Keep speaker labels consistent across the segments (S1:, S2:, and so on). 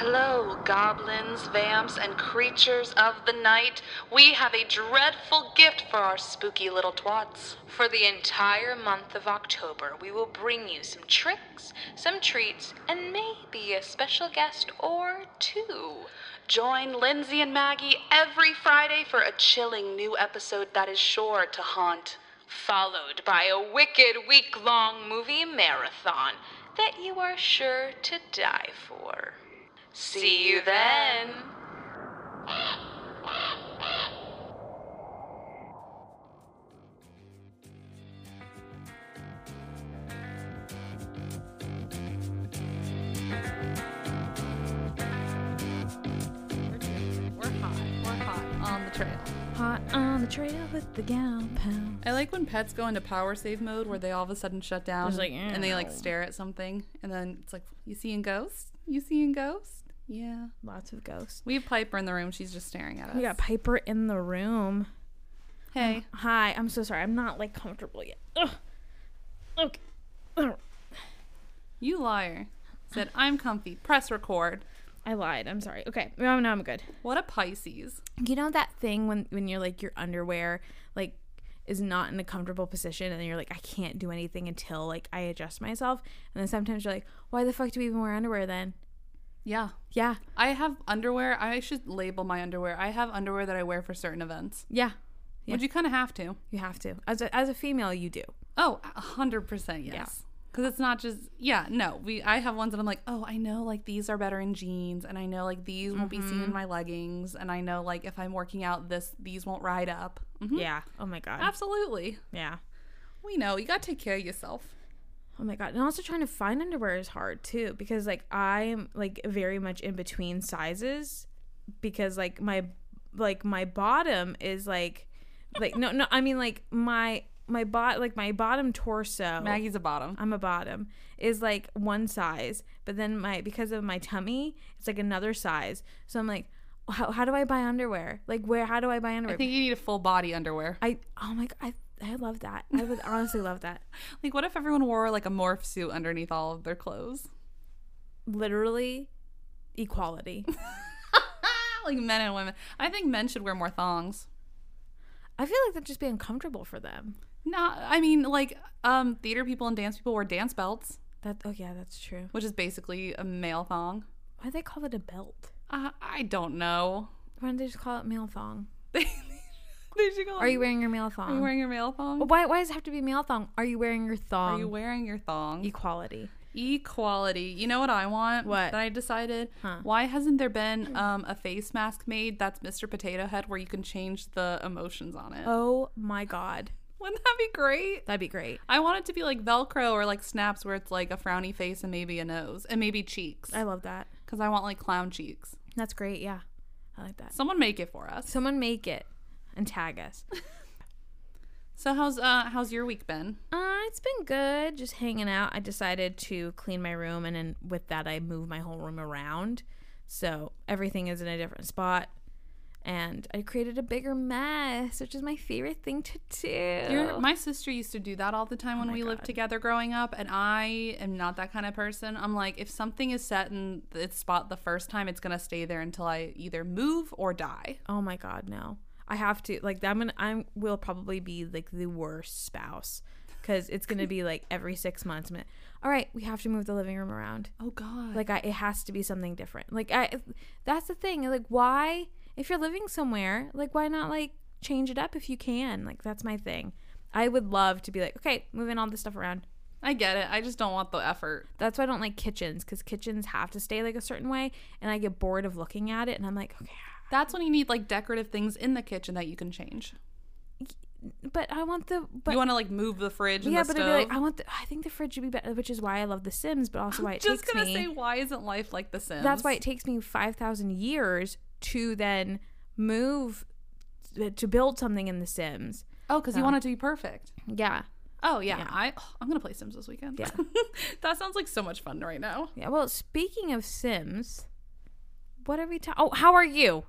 S1: Hello, goblins, vamps, and creatures of the night. We have a dreadful gift for our spooky little twats. For the entire month of October, we will bring you some tricks, some treats, and maybe a special guest or two. Join Lindsay and Maggie every Friday for a chilling new episode that is sure to haunt, followed by a wicked week long movie marathon that you are sure to die for. See you then.
S2: We're hot. We're hot on the trail.
S3: Hot on the trail with the gal pal.
S2: I like when pets go into power save mode where they all of a sudden shut down
S3: It's like,
S2: and they like
S3: "Ew."
S2: stare at something and then it's like, You seeing ghosts? You seeing ghosts? Yeah.
S3: Lots of ghosts.
S2: We have Piper in the room, she's just staring at us.
S3: We got Piper in the room.
S2: Hey.
S3: Hi, I'm so sorry. I'm not like comfortable yet. Ugh. Okay. Ugh.
S2: You liar. Said, I'm comfy. Press record.
S3: I lied. I'm sorry. Okay. No, no, I'm good.
S2: What a Pisces.
S3: You know that thing when when you're like your underwear like is not in a comfortable position and you're like I can't do anything until like I adjust myself and then sometimes you're like why the fuck do we even wear underwear then?
S2: Yeah.
S3: Yeah.
S2: I have underwear. I should label my underwear. I have underwear that I wear for certain events.
S3: Yeah. Yeah.
S2: Would you kind of have to?
S3: You have to. As a, as a female you do.
S2: Oh, a hundred percent yes. Because it's not just yeah. No, we I have ones that I'm like, oh, I know like these are better in jeans, and I know like these won't be seen in my leggings, and I know like if I'm working out, this these won't ride up. Mhm.
S3: Yeah. Oh my god.
S2: Absolutely,
S3: yeah.
S2: we know you got to take care of yourself.
S3: Oh my god. And also trying to find underwear is hard too because like I'm like very much in between sizes because like my like my bottom is like like no no I mean like my my bot like my bottom torso
S2: Maggie's a bottom.
S3: I'm a bottom is like one size, but then my because of my tummy, it's like another size. So I'm like, how, how do I buy underwear? Like where how do I buy underwear?
S2: I think you need a full body underwear.
S3: I oh my god, I I love that. I would honestly love that.
S2: Like, what if everyone wore like a morph suit underneath all of their clothes?
S3: Literally equality.
S2: like men and women. I think men should wear more thongs.
S3: I feel like that'd just be uncomfortable for them.
S2: No, I mean like um theater people and dance people wear dance belts,
S3: That oh yeah, that's true.
S2: which is basically a male thong.
S3: Why do they call it a belt?
S2: Uh, I don't know.
S3: Why don't they just call it male thong?
S2: they should go.
S3: Are you wearing your male thong?
S2: Are you wearing your male thong?
S3: Well, why why does it have to be male thong? Are you wearing your thong?
S2: Are you wearing your thong?
S3: equality?
S2: Equality. You know what I want?
S3: What?
S2: That I decided.
S3: Huh.
S2: Why hasn't there been um, a face mask made that's Mr. Potato Head where you can change the emotions on it?
S3: Oh my god.
S2: Wouldn't that be great?
S3: That'd be great.
S2: I want it to be like Velcro or like snaps where it's like a frowny face and maybe a nose and maybe cheeks.
S3: I love that.
S2: Because I want like clown cheeks.
S3: That's great. Yeah. I like that.
S2: Someone make it for us.
S3: Someone make it and tag us.
S2: So how's uh how's your week been?
S3: Uh, it's been good just hanging out. I decided to clean my room and then with that I moved my whole room around. So everything is in a different spot. And I created a bigger mess, which is my favorite thing to do.
S2: Your, my sister used to do that all the time when we lived
S3: Oh God.
S2: together growing up, and I am not that kind of person. I'm like, if something is set in its spot the first time, it's gonna stay there until I either move or die.
S3: oh my god, no. I have to like I'm gonna I will probably be like the worst spouse because it's gonna be like every six months. I'm gonna, All right, we have to move the living room around.
S2: Oh God! Like
S3: like I, it has to be something different like i that's the thing like why if you're living somewhere like why not like change it up if you can like that's my thing i would love to be like okay moving all this stuff around
S2: I get it. I just don't want the effort.
S3: that's why i don't like kitchens because kitchens have to stay like a certain way and i get bored of looking at it and i'm like okay
S2: That's when you need like decorative things in the kitchen that you can change.
S3: but i want the but
S2: you want to like move the fridge. And
S3: yeah
S2: the
S3: but
S2: stove.
S3: i'd be like i want the i think the fridge should be better which is why i love the sims but also why it
S2: just
S3: takes
S2: gonna
S3: me
S2: say, why isn't life like The Sims?
S3: that's why it takes me 5000 years to then move to build something in the sims
S2: Oh, because you want it to be perfect.
S3: yeah
S2: Oh yeah, I oh, I'm gonna play Sims this weekend.
S3: Yeah.
S2: that sounds like so much fun right now.
S3: Yeah, well, speaking of Sims, what are we talking? Oh, how are you?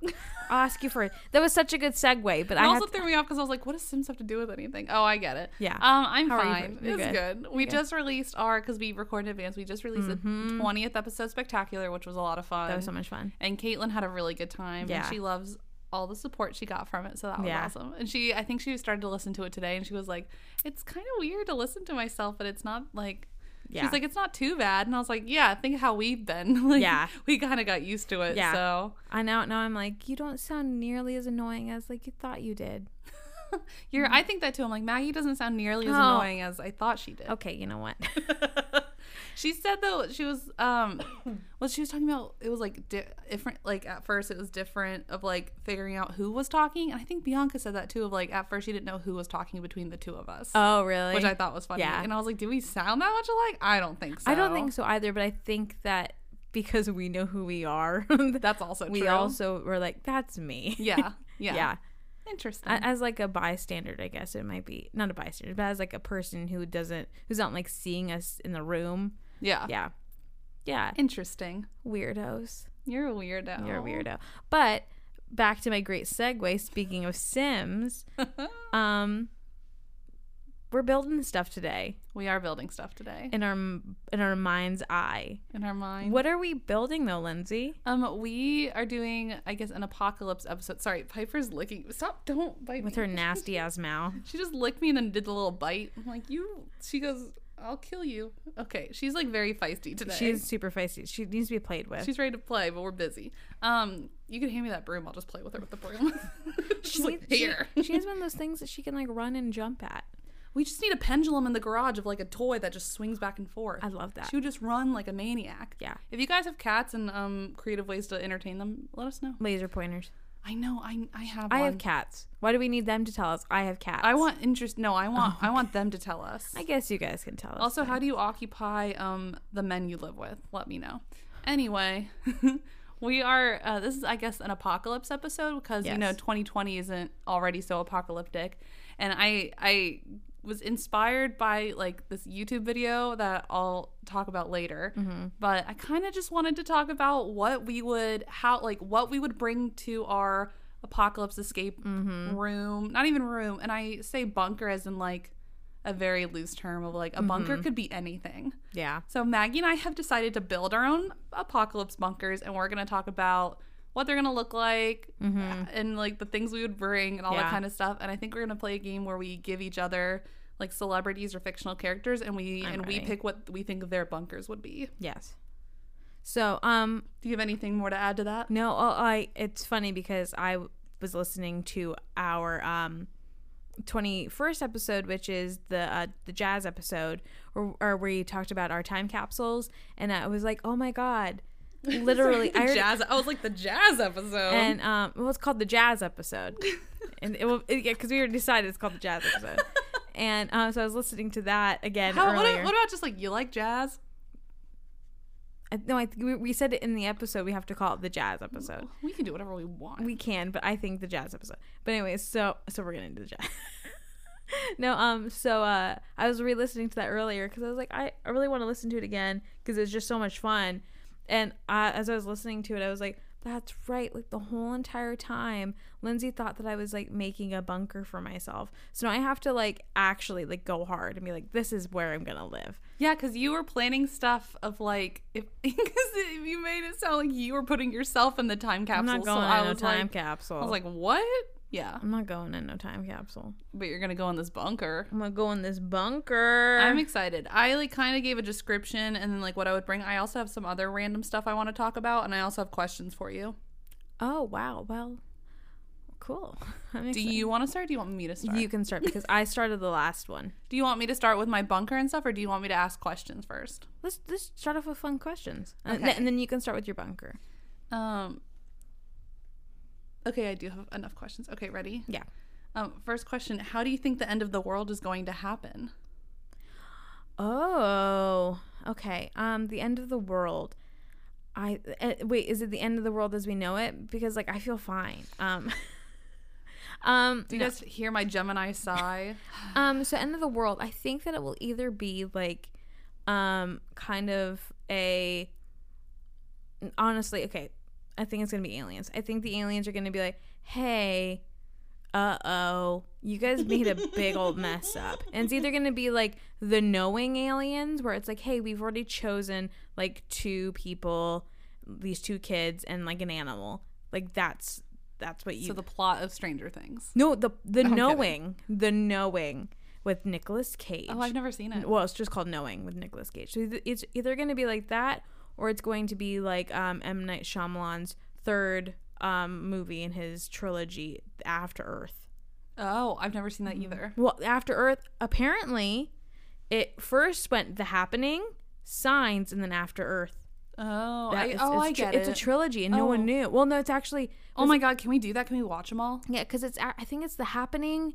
S3: I'll ask you first. That was such a good segue, but I
S2: It
S3: have
S2: also threw me off because I was like, "What does Sims have to do with anything?" Oh, I get it.
S3: Yeah.
S2: Um, I'm
S3: How are you
S2: fine.
S3: doing? You're
S2: It's
S3: good.
S2: good. We just released our because we recorded in advance. We just released the twentieth episode spectacular, which was a lot of fun.
S3: Mm-hmm. that was so much fun.
S2: and Caitlin had a really good time.
S3: Yeah.
S2: And she loves all the support she got from it, so that was
S3: Yeah.
S2: awesome. And she, I think she started to listen to it today, and she was like, "It's kind of weird to listen to myself, but it's not like."
S3: Yeah.
S2: She's like, it's not too bad, and I was like, yeah, think how we've been. like,
S3: Yeah.
S2: we kind of got used to it.
S3: Yeah.
S2: So
S3: I know now I'm like, you don't sound nearly as annoying as like you thought you did.
S2: you're, I think that too. I'm like, Maggie doesn't sound nearly as
S3: Mm-hmm. Oh.
S2: annoying as I thought she did.
S3: Okay, you know what?
S2: she said though she was um what she was talking about it was like di- different like at first it was different of like figuring out who was talking and i think bianca said that too of like at first she didn't know who was talking between the two of us
S3: oh, really?
S2: which i thought was funny
S3: Yeah.
S2: and i was like do we sound that much alike i don't think so
S3: I don't think so either, but I think that because we know who we are,
S2: that's also
S3: we
S2: true
S3: also were like, that's me.
S2: yeah yeah
S3: yeah.
S2: interesting
S3: A- As like a bystander, I guess it might be not a bystander, but as like a person who doesn't, who's not like seeing us in the room.
S2: yeah.
S3: Yeah. Yeah.
S2: interesting
S3: Weirdos.
S2: you're a weirdo
S3: You're a weirdo. But back to my great segue, speaking of Sims, um, we're building stuff today
S2: we are building stuff today
S3: in our in our mind's eye.
S2: in our mind
S3: What are we building though, Lindsay?
S2: um, we are doing, I guess, an apocalypse episode. Sorry, Piper's licking. Stop! Don't bite
S3: With
S2: me.
S3: her nasty ass mouth.
S2: She just licked me and then did the little bite. I'm like, you. She goes, I'll kill you. Okay, she's like very feisty today.
S3: She's super feisty. She needs to be played with.
S2: she's ready to play, but we're busy. Um, you can hand me that broom. I'll just play with her with the broom. she's
S3: She
S2: like,
S3: needs- she-
S2: here.
S3: she has one of those things that she can like run and jump at.
S2: we just need a pendulum in the garage of like a toy that just swings back and forth.
S3: I love that.
S2: She would just run like a maniac.
S3: Yeah.
S2: If you guys have cats and um creative ways to entertain them, let us know.
S3: Laser pointers.
S2: I know. I I have.
S3: I
S2: one.
S3: have cats. Why do we need them to tell us? I have cats.
S2: I want interest. No, I want. I want them to tell us.
S3: I guess you guys can tell us.
S2: Also, how do you occupy um, the men you live with? Let me know. Anyway, we are. Uh, this is, I guess, an apocalypse episode because you know
S3: Yes.
S2: 2020 isn't already so apocalyptic, and I I was inspired by like this YouTube video that I'll talk about later. But I kind of just wanted to talk about what we would how like what we would bring to our apocalypse escape room, not even room, and I say bunker as in like a very loose term of like a bunker could be anything.
S3: yeah.
S2: So Maggie and I have decided to build our own apocalypse bunkers and we're going to talk about what they're going to look like uh, and like the things we would bring and all
S3: Mm-hmm. Yeah.
S2: that kind of stuff. And I think we're going to play a game where we give each other like celebrities or fictional characters and we and we
S3: ready.
S2: pick what we think their bunkers would be.
S3: Yes. So, um,
S2: Do you have anything more to add to that?
S3: no, oh, I. It's funny because I w- was listening to our um, twenty first episode, which is the uh, the jazz episode, or, or where you talked about our time capsules, and I was like, oh my god, literally, I already-
S2: jazz. I was like the jazz episode.
S3: and um, well, it's called the jazz episode, and it will it, yeah, because we already decided it's called the jazz episode, and um, so I was listening to that again
S2: How, what,
S3: earlier.
S2: what about just like you like jazz?
S3: I, Uh, no, I think we, we said it in the episode. We have to call it the jazz episode.
S2: We can do whatever we want.
S3: We can, but I think the jazz episode. But anyways, so so we're gonna do the jazz. no, um, so uh, I was re-listening to that earlier because I was like, I, I really want to listen to it again because it's just so much fun. And uh, as I was listening to it, I was like, that's right. Like the whole entire time, Lindsay thought that I was like making a bunker for myself. So now I have to like actually like go hard and be like, this is where I'm gonna live.
S2: Yeah, because you were planning stuff of like if because you made it sound like you were putting yourself in the time capsule.
S3: I'm not going
S2: so
S3: in
S2: I
S3: no
S2: was
S3: time
S2: like,
S3: capsule.
S2: I was like, what? Yeah,
S3: I'm not going in no time capsule.
S2: but you're gonna go in this bunker.
S3: I'm gonna go in this bunker.
S2: I'm excited. I like kind of gave a description and then like what I would bring. I also have some other random stuff I want to talk about, and I also have questions for you.
S3: Oh wow! Well, cool. I'm
S2: Do
S3: excited.
S2: you want to start? Do you want me to start?
S3: You can start because I started the last one.
S2: do you want me to start with my bunker and stuff, or do you want me to ask questions first?
S3: Let's let's start off with fun questions, and,
S2: Okay.
S3: and then you can start with your bunker.
S2: Um. Okay, I do have enough questions. Okay, ready?
S3: Yeah.
S2: Um, first question: How do you think the end of the world is going to happen?
S3: Oh, okay. Um, the end of the world. I uh, wait. Is it the end of the world as we know it? Because like I feel fine. Um. um.
S2: Do you guys hear my Gemini sigh?
S3: Um, so end of the world. I think that it will either be like, um, kind of a. Honestly, okay. I think it's gonna be aliens. I think the aliens are gonna be like, hey, uh oh, you guys made a big old mess up. And it's either gonna be like the knowing aliens, where it's like, hey, we've already chosen like two people, these two kids, and like an animal. Like that's that's what you.
S2: So the plot of Stranger Things.
S3: no, the the knowing, the knowing with Nicolas Cage.
S2: Oh, I've never seen it.
S3: Well, it's just called Knowing with Nicolas Cage. So it's- it's either going to be like that, or it's going to be like um, M Night Shyamalan's third um, movie in his trilogy, After Earth.
S2: Oh, I've never seen that either.
S3: Well, After Earth, apparently, it first went The Happening, Signs, and then After Earth.
S2: Oh,
S3: That
S2: I,
S3: is-
S2: oh,
S3: it's
S2: I
S3: tr-
S2: get it.
S3: It's a trilogy, and no one
S2: Oh.
S3: knew. Well, no, it's actually
S2: oh my god, can we do that? Can we watch them all?
S3: yeah, because it's a- I think it's The Happening,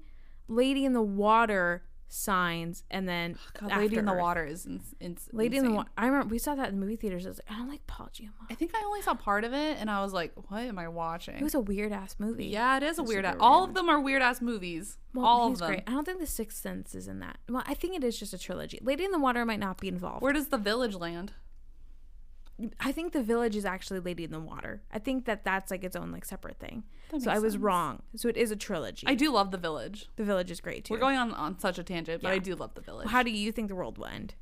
S3: Lady in the Water, Signs, and then
S2: Oh, God, Lady in the
S3: After Earth.
S2: Water is ins- ins-
S3: Lady in the
S2: insane.
S3: Water. I remember we saw that in the movie theaters. I was like, I don't like Paul Giamatti.
S2: I think I only saw part of it, and I was like, "What am I
S3: It
S2: watching?"
S3: was a weird ass movie.
S2: yeah, it is a weird.
S3: super
S2: Ass. All of them are weird ass movies.
S3: Well,
S2: all of
S3: he's
S2: them.
S3: Great. I don't think The Sixth Sense is in that. Well, I think it is just a trilogy. Lady in the Water might not be involved.
S2: Where does the village land?
S3: I think The Village is actually Lady in the Water. I think that that's like its own like separate thing.
S2: That
S3: so I
S2: makes
S3: was
S2: sense.
S3: wrong. So it is a trilogy.
S2: I do love the village.
S3: the Village is great too.
S2: We're going on on such a tangent, but I
S3: Yeah.
S2: do love the village.
S3: How do you think the world will end?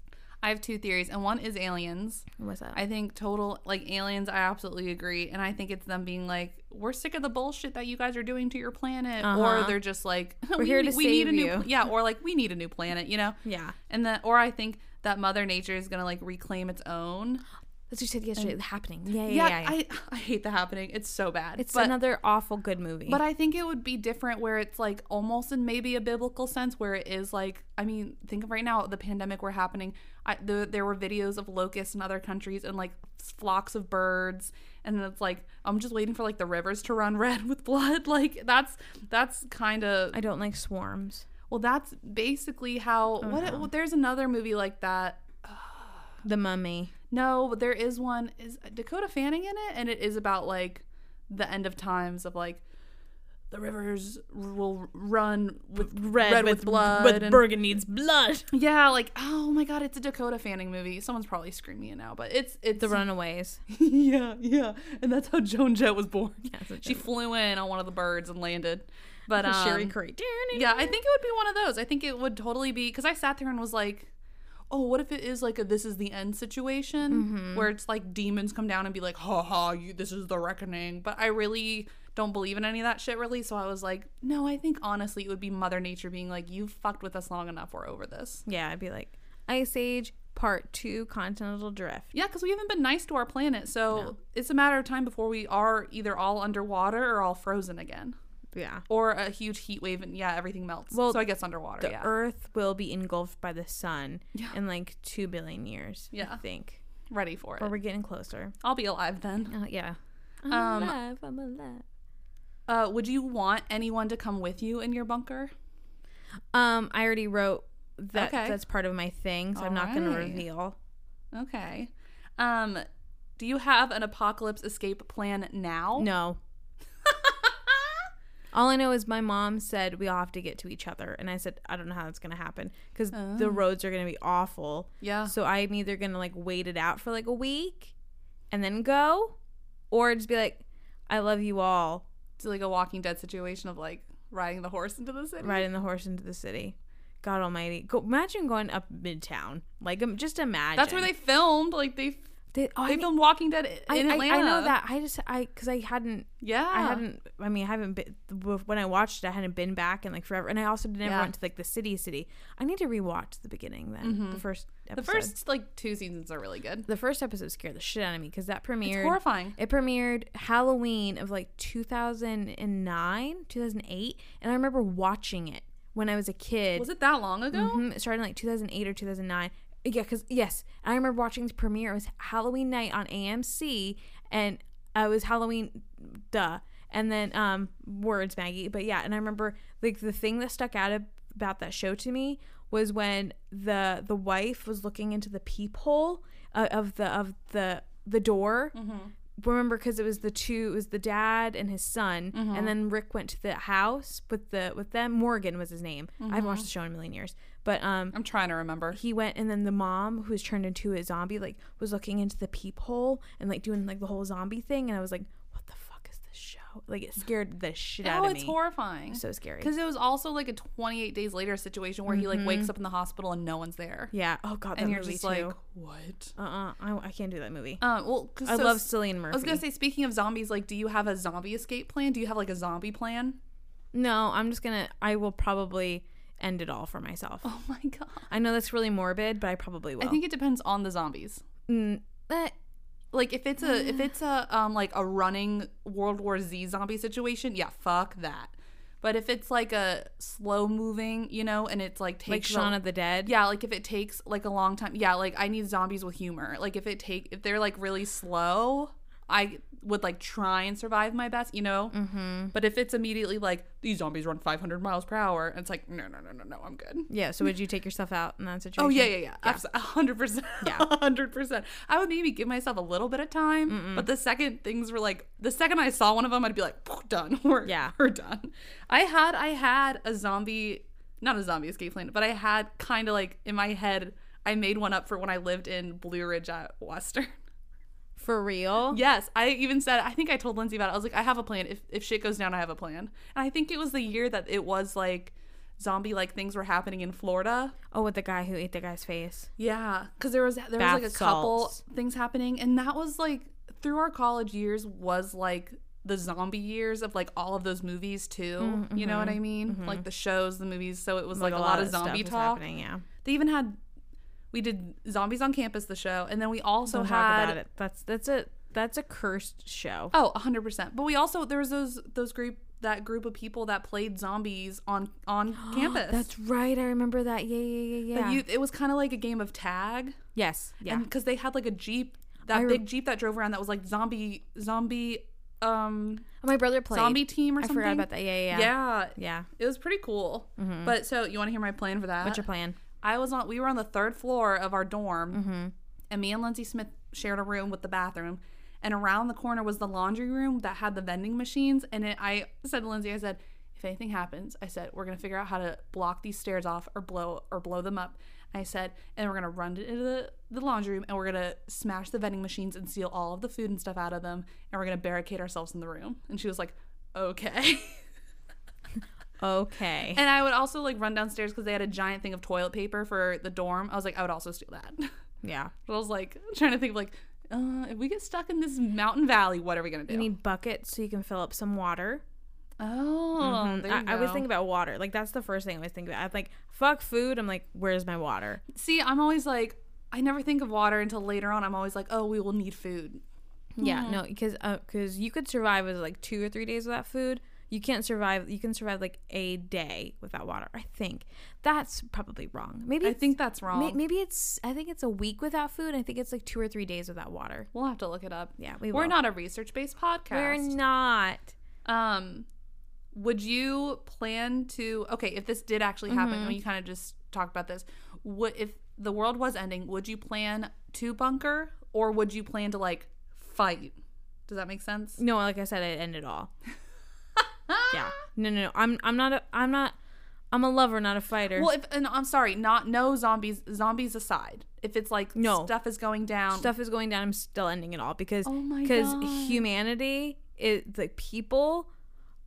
S2: I have two theories, and one is aliens.
S3: What's that?
S2: I think total like aliens. I absolutely agree, and I think it's them being like, "We're sick of the bullshit that you guys are doing to your planet," or
S3: Uh-huh.
S2: they're just like, "We,
S3: here
S2: ne-
S3: to
S2: we need
S3: save
S2: a new
S3: you.
S2: pl- yeah," or like, "We need a new planet," you know?
S3: yeah.
S2: And then, or I think that Mother Nature is gonna like reclaim its own.
S3: That's what you said yesterday. the happening. Yeah, yeah,
S2: Yeah,
S3: yeah. yeah.
S2: I I hate the happening. It's so bad.
S3: it's
S2: but,
S3: another awful good movie.
S2: But I think it would be different where it's like almost in maybe a biblical sense where it is like I mean think of right now the pandemic we're happening. I, the, there were videos of locusts in other countries and like flocks of birds, and it's like I'm just waiting for like the rivers to run red with blood. Like that's that's kind of
S3: I don't like swarms.
S2: well that's basically how what it- well, there's another movie like that.
S3: The Mummy.
S2: No, but there is one is Dakota Fanning in it and it is about like the end of times of like the rivers will run with red, with, blood and-
S3: Burgundy's blood.
S2: yeah like oh my god it's a Dakota Fanning movie someone's probably screaming it now but it's it's
S3: The Runaways.
S2: yeah yeah and that's how Joan Jett was born
S3: so
S2: she flew in on one of the birds and landed but um,
S3: Curry.
S2: yeah, I think it would be one of those. I think it would totally be because I sat there and was like, "Oh, what if it is like a this is the end situation where it's like demons come down and be like, ha ha, you, this is the reckoning." But I really don't believe in any of that shit, really. So I was like, "No, I think honestly it would be Mother Nature being like, you've fucked with us long enough. We're over this."
S3: Yeah, I'd be like Ice Age Part Two: Continental Drift.
S2: Yeah, because we haven't been nice to our planet, so it's a matter of time before we are either all underwater or all frozen again,
S3: Yeah,
S2: or a huge heat wave and yeah, everything melts.
S3: Well,
S2: so I guess underwater.
S3: the
S2: yeah.
S3: Earth will be engulfed by the sun
S2: Yeah.
S3: in like two billion years. I
S2: Yeah.
S3: think.
S2: Ready for it.
S3: Or we're getting closer.
S2: I'll be alive then.
S3: Uh, yeah. I'm
S2: Um,
S3: alive. I'm alive.
S2: Uh, would you want anyone to come with you in your bunker?
S3: Um, I already wrote that.
S2: Okay.
S3: That's part of my thing, so I'm not going to
S2: Alright.
S3: reveal.
S2: Okay. Um, do you have an apocalypse escape plan now?
S3: No. All I know is my mom said we all have to get to each other, and I said I don't know how that's gonna happen because the roads are gonna be awful.
S2: Yeah.
S3: So I'm either gonna like wait it out for like a week, and then go, or just be like, I love you all,
S2: It's like a Walking Dead situation of like riding the horse into the city.
S3: riding the horse into the city. God Almighty, go imagine going up midtown. Like um, just imagine.
S2: That's where they filmed. Like they
S3: They, oh, I,
S2: they
S3: know-
S2: filmed Walking Dead
S3: I,
S2: in
S3: I-
S2: Atlanta.
S3: I know that. I just I because I hadn't
S2: Yeah.
S3: I hadn't. I mean, I haven't been when I watched it. I hadn't been back in like forever, and I also never
S2: Yeah.
S3: went to like the city. City. I need to rewatch the beginning then. Mm-hmm. The first
S2: The
S3: episode.
S2: first like two seasons are really good.
S3: the first episode scared the shit out of me because that
S2: It's
S3: premiered.
S2: horrifying.
S3: It premiered Halloween of like 2009, 2008, and I remember watching it when I was a kid.
S2: Was it that long ago?
S3: Mhm, it started in like 2008 or 2009. Yeah, because yes, I remember watching the premiere. It was Halloween night on AMC, and I was Halloween, duh. And then um, words, Maggie. But yeah, and I remember like the thing that stuck out ab- about that show to me was when the the wife was looking into the peephole uh, of the of the the door. Remember, because it was the two, it was the dad and his son,
S2: Mm-hmm.
S3: and then Rick went to the house with the with them. Morgan was his name. I
S2: Mm-hmm.
S3: haven't watched the show in a million years, but um,
S2: I'm trying to remember.
S3: he went and then the mom who was turned into a zombie like was looking into the peephole and like doing like the whole zombie thing and i was like show. Like it scared the shit out
S2: Oh,
S3: of me.
S2: it's horrifying.
S3: So scary.
S2: Because it was also like a 28 days later situation where he like
S3: Mm-hmm.
S2: wakes up in the hospital and no one's there.
S3: Yeah. Oh god, that
S2: And you're
S3: movie
S2: just
S3: too.
S2: like, what?
S3: uh uh I, I can't do that movie.
S2: Um, well, 'cause
S3: I
S2: so-
S3: love Cillian Murphy.
S2: I was gonna say, speaking of zombies, like, do you have a zombie escape plan? Do you have like a zombie plan?
S3: no, I'm just gonna. I will probably end it all for myself.
S2: Oh my god!
S3: I know that's really morbid, but I probably will.
S2: I think it depends on the zombies.
S3: Mm, eh,
S2: Like, if it's a
S3: Mm.
S2: if it's a um like a running World War Z zombie situation, yeah, fuck that. But if it's like a slow moving, you know, and it's like
S3: like
S2: takes a-
S3: Shaun of the Dead.
S2: yeah, like if it takes like a long time, yeah, like I need zombies with humor. Like if it take if they're like really slow, I would like try and survive my best, you know. Mm-hmm. But if it's immediately like these zombies run 500 miles per hour, and it's like no, no, no, no, no, I'm good.
S3: Yeah. So would you take yourself out in that situation?
S2: Oh yeah, yeah, yeah, Abs- a hundred percent,
S3: Yeah.
S2: a hundred percent. I would maybe give myself a little bit of time, but the second things were like, the second I saw one of them, I'd be like, done, we're
S3: Yeah.
S2: we're done. I had, I had a zombie, not a zombie escape plan, but I had kind of like in my head, I made one up for when I lived in Blue Ridge at Western.
S3: For real?
S2: Yes, I even said I think I told Lindsay about it. I was like, I have a plan. If if shit goes down, I have a plan. And I think it was the year that it was like zombie like things were happening in Florida.
S3: Oh, with the guy who ate the guy's face.
S2: Yeah, because there was there
S3: Bath
S2: was like a couple
S3: salts.
S2: things happening, and that was like through our college years was like the zombie years of like all of those movies too.
S3: Mm,
S2: You know what
S3: mm-hmm,
S2: I mean? Like the shows, the movies. So it was like, a lot, of zombie
S3: stuff is
S2: talk.
S3: happening, Yeah.
S2: They even had we did zombies on campus, the show, and then we also
S3: Don't
S2: had
S3: talk about it. That's that's a that's a cursed show.
S2: Oh, 100%. But we also there was those those group that group of people that played zombies on on campus.
S3: That's right. I remember that. Yeah, yeah, yeah,
S2: But
S3: yeah.
S2: you it was kind of like a game of tag.
S3: yes. Yeah.
S2: because Mm, they had like a jeep that
S3: I re-
S2: big jeep that drove around that was like zombie zombie um
S3: My brother played.
S2: zombie team or
S3: I
S2: something
S3: forgot about that. Yeah, yeah,
S2: yeah.
S3: yeah. Yeah. Mm-hmm.
S2: it was pretty cool but so you want to hear my plan for that
S3: What's your plan?
S2: i was on we were on the third floor of our dorm and me and lindsay smith shared a room with the bathroom and around the corner was the laundry room that had the vending machines and it, i said to lindsay i said if anything happens i said we're gonna figure out how to block these stairs off or blow or blow them up i said and we're gonna run into the, the laundry room and we're gonna smash the vending machines and steal all of the food and stuff out of them and we're gonna barricade ourselves in the room and she was like okay
S3: Okay.
S2: And I would also like run downstairs because they had a giant thing of toilet paper for the dorm. I was like, I would also steal that. But
S3: Yeah.
S2: I was like trying to think of like, uh, if we get stuck in this mountain valley, what are we gonna do?
S3: You need buckets so you can fill up some water.
S2: oh, there you
S3: Mm-hmm. I, I was
S2: go.
S3: thinking about water. Like that's the first thing I was thinking about. I'm like, fuck food. I'm like, where's my water?
S2: See, I'm always like, I never think of water until later on. I'm always like, oh, we will need food. Mm-hmm.
S3: Yeah, no, because because you could survive with like two or three days without food. You can't survive. You can survive like a day without water. I think that's probably wrong. Maybe
S2: I
S3: it's-
S2: think that's
S3: may,
S2: wrong.
S3: maybe it's. I think it's a week without food. I think it's like two or three days without water.
S2: We'll have to look it up.
S3: Yeah, we
S2: We're
S3: will.
S2: not a research based
S3: We're
S2: podcast.
S3: not.
S2: um, would you plan to? Okay, if this did actually happen,
S3: Mm-hmm.
S2: and you kind of just talked about this. What if the world was ending? Would you plan to bunker, or would you plan to like fight? Does that make sense?
S3: No, like I said, I end it all. yeah. No, no, no. I'm I'm not a I'm not I'm a lover, not a fighter.
S2: Well, if and I'm sorry, not no zombies. Zombies aside, if it's like
S3: No.
S2: stuff is going down,
S3: stuff is going down. I'm still ending it all because
S2: Oh my
S3: because
S2: God.
S3: humanity is like people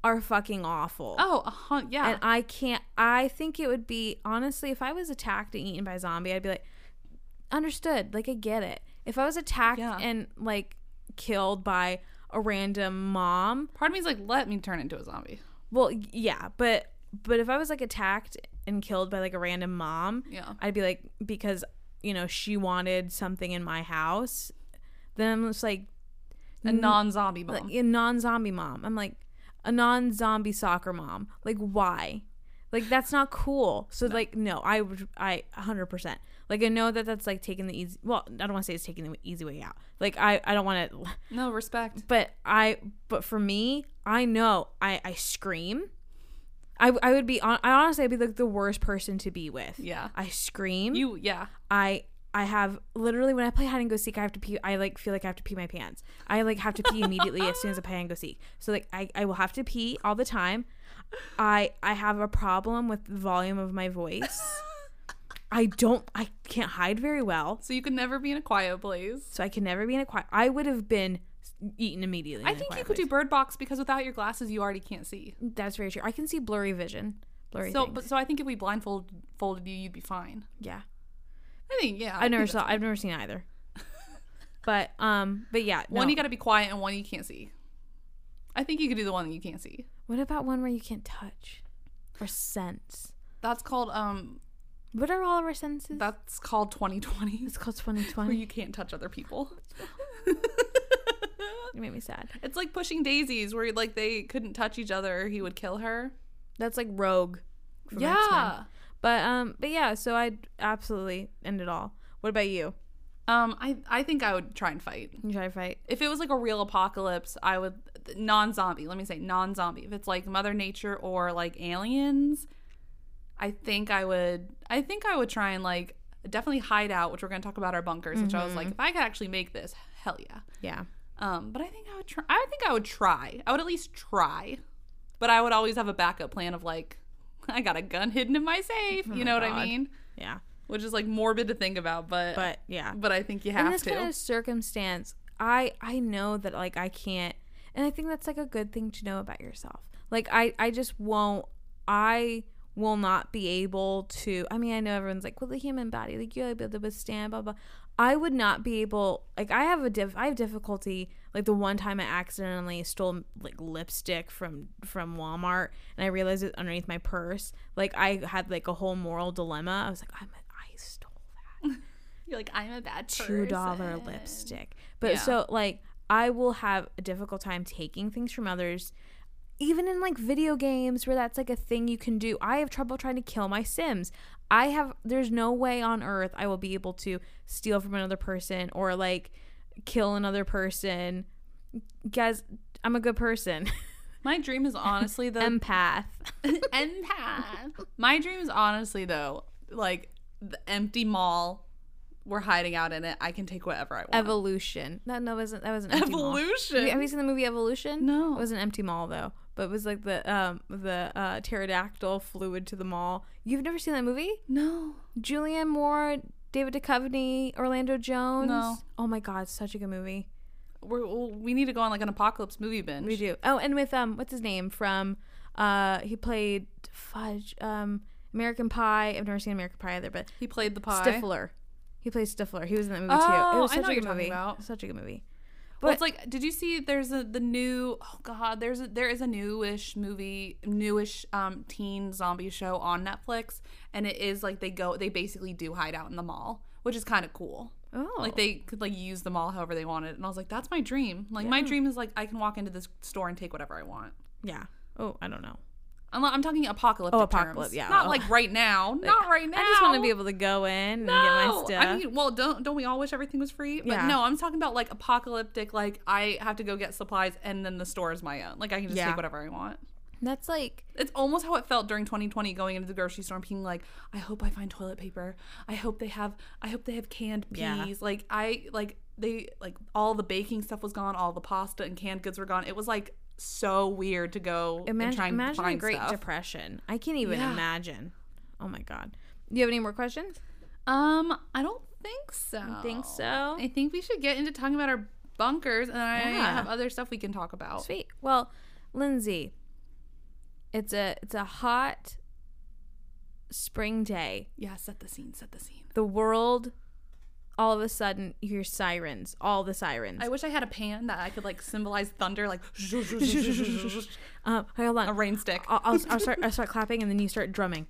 S3: are fucking awful.
S2: Oh, uh-huh, yeah.
S3: And I can't. I think it would be honestly, if I was attacked and eaten by a zombie, I'd be like, understood. Like I get it. If I was attacked
S2: Yeah.
S3: and like killed by a random mom,
S2: Part of me's like, let me turn into a zombie.
S3: well, y- yeah, but but if I was like attacked and killed by like a random mom,
S2: Yeah.
S3: I'd be like because you know she wanted something in my house. Then I'm just like
S2: A
S3: Mm-hmm.
S2: non-zombie mom.
S3: a non-zombie mom. I'm like a non-zombie soccer mom. Like why? Like that's not cool. So like no, I would I 100%. Like I know that that's like taking the easy well, I don't want to say it's taking the easy way out. Like I I don't want to
S2: no respect.
S3: but I but for me, I know I I scream. I, I would be on I honestly I'd be like the worst person to be with.
S2: Yeah.
S3: I scream.
S2: You yeah.
S3: I I have literally when I play hide and go seek, I have to pee. I like feel like I have to pee my pants. I like have to pee immediately as soon as I play hide and go seek. So like I, I will have to pee all the time. I I have a problem with the volume of my voice. I don't I can't hide very well,
S2: So you could never be in a quiet place.
S3: so I can never be in a quiet. I would have been eaten immediately.
S2: I think you could do bird box because without your glasses, you already can't see.
S3: do. That's very true. I can see blurry vision. Blurry.
S2: So,
S3: things.
S2: but so I think if we blindfolded folded you, you'd be fine.
S3: yeah,
S2: I think yeah.
S3: I never
S2: think that's-
S3: saw. I've never seen either. but um, but yeah,
S2: one.
S3: no.
S2: You got to be quiet, and one you can't see. I think you could do the one that you can't see.
S3: What about one where you can't touch or sense?
S2: That's called um.
S3: What are all of our senses?
S2: That's called 2020,
S3: it's called
S2: where
S3: 2020.
S2: you can't touch other people.
S3: You made me sad.
S2: it's like pushing daisies, where like they couldn't touch each other. He would kill her.
S3: That's like Rogue. From X-Men.
S2: yeah.
S3: But um, but yeah. So I would absolutely end it all. What about you?
S2: Um. I I think I would try and fight.
S3: You try to fight.
S2: if it was like a real apocalypse, I would non-zombie. Let me say non-zombie. If it's like Mother Nature or like aliens, I think I would. I think I would try and like definitely hide out, which we're going to talk about our bunkers. Which I was like, if I could actually make this, hell yeah.
S3: Yeah.
S2: Um, but I think I would try. I think I would try. I would at least try. But I would always have a backup plan of like, I got a gun hidden in Oh my safe. you know what
S3: God.
S2: I mean?
S3: Yeah.
S2: Which is like morbid to think about, but but,
S3: But yeah.
S2: I think you
S3: in
S2: have
S3: this
S2: to.
S3: kind of circumstance i i know that like i can't and i think that's like a good thing to know about yourself like i i just won't i will not be able to i mean i know everyone's like well the human body like you gotta be able to withstand blah blah i would not be able like i have a diff i have difficulty like the one time i accidentally stole like lipstick from from walmart and i realized it underneath my purse like i had like a whole moral dilemma i was like i'm i stole that
S2: You're like I'm a bad
S3: two dollar
S2: person."
S3: lipstick. But
S2: Yeah.
S3: so like I will have a difficult time taking things from others. Even in like video games where that's like a thing you can do, I have trouble trying to kill my Sims. I have there's no way on earth I will be able to steal from another person or like kill another person. Guys, I'm a good person.
S2: My dream is honestly the
S3: Empath.
S2: empath. My dream is honestly though, like the empty mall. We're hiding out in it. I can take whatever I want.
S3: Evolution. No, no, it wasn't that wasn't empty mall.
S2: Evolution.
S3: Have you seen the movie Evolution?
S2: No.
S3: It was an empty mall though, but it was like the um the uh, pterodactyl flew into the mall. You've never seen that movie?
S2: no.
S3: Julianne Moore, David Duchovny, Orlando Jones.
S2: No.
S3: Oh my God, such a good movie.
S2: We're, well, we need to go on like an apocalypse movie binge.
S3: We do. Oh, and with um, what's his name from? Uh, he played Fudge. Um, American Pie. I've never seen American Pie either, but
S2: He played the pie.
S3: Stifler. He plays Stifler. He was in that movie too.
S2: Oh,
S3: It was
S2: I
S3: such
S2: know what
S3: a good
S2: you're talking
S3: movie.
S2: about.
S3: Such a good movie.
S2: Well, it's like, did you see? There's a the new. Oh God, there's a, there is a newish movie, newish um teen zombie show on Netflix, and it is like they go, they basically do hide out in the mall, which is kind of cool.
S3: Oh,
S2: Like they could like use them all however they wanted, and I was like, "That's my dream. Like my dream is like I can walk into this store and take whatever I want."
S3: yeah. Oh, I don't know.
S2: I'm, I'm talking apocalyptic.
S3: Oh, apocalypse,
S2: terms.
S3: yeah.
S2: Not
S3: Oh.
S2: like right now. Not right now.
S3: I just want to be able to go in
S2: No,
S3: and get my stuff.
S2: I mean, well, don't don't we all wish everything was free? But
S3: Yeah.
S2: no, I'm talking about like apocalyptic. Like I have to go get supplies, and then the store is my own. Like I can just
S3: Yeah.
S2: take whatever I want.
S3: That's like
S2: It's almost how it felt during 2020, going into the grocery store and being like, "I hope I find toilet paper. I hope they have. I hope they have canned peas.
S3: Yeah.
S2: Like I like they like all the baking stuff was gone. All the pasta and canned goods were gone. It was like so weird to go and
S3: imagine,
S2: try and
S3: imagine the
S2: find
S3: Great
S2: stuff.
S3: Depression. I can't even
S2: Yeah.
S3: imagine. Oh my god. Do you have any more questions?
S2: um, I don't think so.
S3: think so?
S2: I think we should get into talking about our bunkers, and I
S3: Yeah.
S2: have other stuff we can talk about.
S3: Sweet. Well, Lindsay, it's a it's a hot spring day.
S2: Yeah, set the scene. Set the scene.
S3: The world all of a sudden you hear sirens, all the sirens.
S2: I wish I had a pan that I could like symbolize thunder, like
S3: um, hold on.
S2: a rain stick.
S3: I'll, I'll, I'll start. I'll start clapping, and then you start drumming.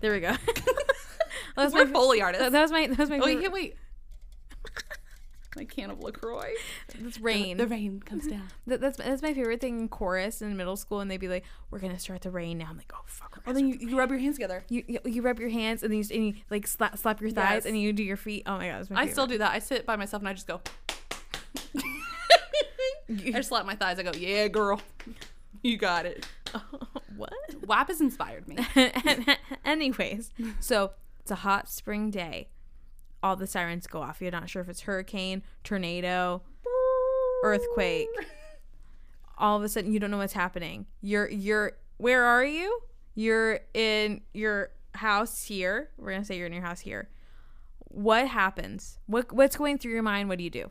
S3: There we go. That's
S2: We're
S3: my-
S2: Foley artists.
S3: That was my. That was my.
S2: Oh, wait,
S3: favorite-
S2: wait, wait. My can of LaCroix.
S3: It's rain.
S2: The rain comes down.
S3: Th- that's that's my favorite thing in chorus in middle school, and they'd be like, "We're gonna start the rain now." I'm like, "Oh fuck!" we're
S2: Well,
S3: gonna
S2: then you, you rub your hands together.
S3: start-" you, you you rub your hands and then you, s- and you like slap slap your thighs
S2: Yes.
S3: and you do your feet. Oh my god, that's my
S2: I
S3: favorite.
S2: still do that. I sit by myself and I just go. I just slap my thighs. I go, yeah, girl. You got it.
S3: what?
S2: WAP has inspired me.
S3: Anyways, so it's a hot spring day. All the sirens go off. You're not sure if it's hurricane, tornado, earthquake. All of a sudden, you don't know what's happening. You're you're where are you? You're in your house here. We're gonna say you're in your house here. What happens? What what's going through your mind? What do you do?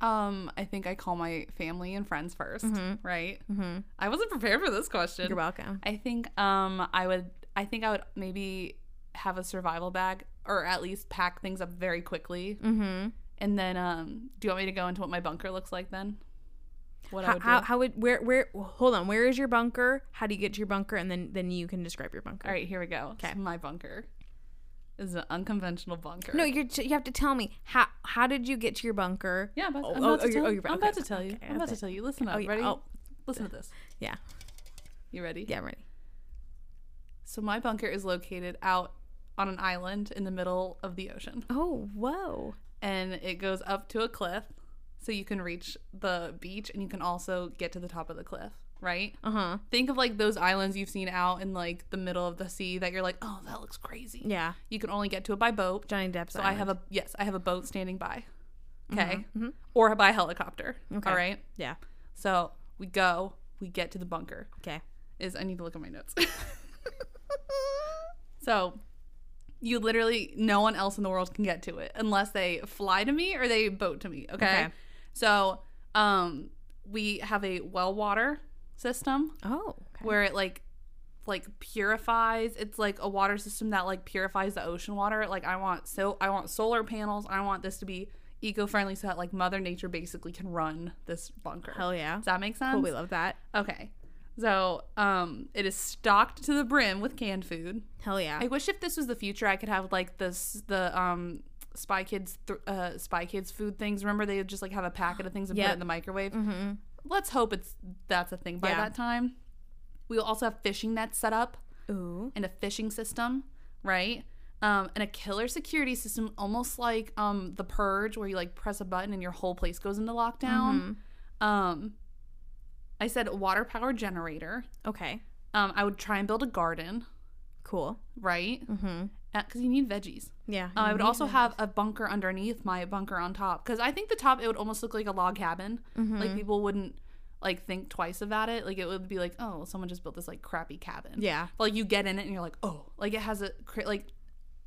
S2: Um, I think I call my family and friends 1st right? Mm-hmm. I wasn't prepared for this question.
S3: You're welcome.
S2: I think um I would I think I would maybe have a survival bag or at least pack things up very quickly.
S3: Mm-hmm.
S2: And then um do you want me to go into what my bunker looks like then? What I
S3: How,
S2: would
S3: how,
S2: do.
S3: how would where where hold on where is your bunker? How do you get to your bunker? And then then you can describe your bunker.
S2: All right, here we go. Okay. my bunker is an unconventional bunker.
S3: No, you you have to tell me how how did you get to your bunker?
S2: Yeah, but
S3: Oh,
S2: I'm about
S3: oh, oh,
S2: to
S3: you're-
S2: tell
S3: oh,
S2: you.
S3: you're-
S2: I'm
S3: okay,
S2: about to tell you.
S3: okay,
S2: I'm about to
S3: okay.
S2: tell you. Listen up.
S3: yeah,
S2: Ready?
S3: oh.
S2: Listen to this.
S3: Yeah,
S2: You ready?
S3: yeah, I'm ready.
S2: So my bunker is located out on an island in the middle of the ocean,
S3: Oh whoa,
S2: and it goes up to a cliff, so you can reach the beach, and you can also get to the top of the cliff. Right?
S3: uh huh,
S2: Think of like those islands you've seen out in like the middle of the sea that you're like, oh, that looks crazy.
S3: yeah.
S2: You can only get to it by boat.
S3: Johnny Depp's.
S2: So I have a yes, I have a boat standing by. Okay. Or by helicopter.
S3: Mm-hmm. Okay.
S2: All right.
S3: yeah.
S2: So we go, we get to the bunker.
S3: Okay.
S2: Is I need to look at my notes. so you literally no one else in the world can get to it unless they fly to me or they boat to me. Okay.
S3: Okay.
S2: So um we have a well water system
S3: Oh, okay.
S2: where it like like purifies it's like a water system that like purifies the ocean water like i want so i want solar panels i want this to be eco-friendly so that like mother nature basically can run this bunker
S3: hell yeah.
S2: does that make sense
S3: Cool, we love that.
S2: okay so um it is stocked to the brim with canned food
S3: Hell yeah.
S2: i wish if this was the future i could have like this the um spy kids th- uh spy kids food things remember they would just like have a packet of things and put
S3: Yep. Mm-hmm.
S2: it in the microwave let's hope it's that's a thing by
S3: Yeah.
S2: that time we'll also have fishing nets set up
S3: Ooh.
S2: and a phishing system, right? Um, and a killer security system, almost like um, the purge, where you like press a button and your whole place goes into
S3: Mm-hmm.
S2: lockdown. Um, I said water power generator.
S3: Okay.
S2: Um, I would try and build a garden,
S3: Cool.
S2: right?
S3: Mm-hmm.
S2: Because you need veggies.
S3: Yeah.
S2: Uh, I would also have a bunker underneath my bunker on top because I think the top it would almost look like a log cabin.
S3: Mm-hmm.
S2: Like people wouldn't like think twice about it. Like it would be like, oh, someone just built this like crappy cabin.
S3: Mm-hmm. Yeah.
S2: But, like you get in it and you're like, oh, like it has a cra- like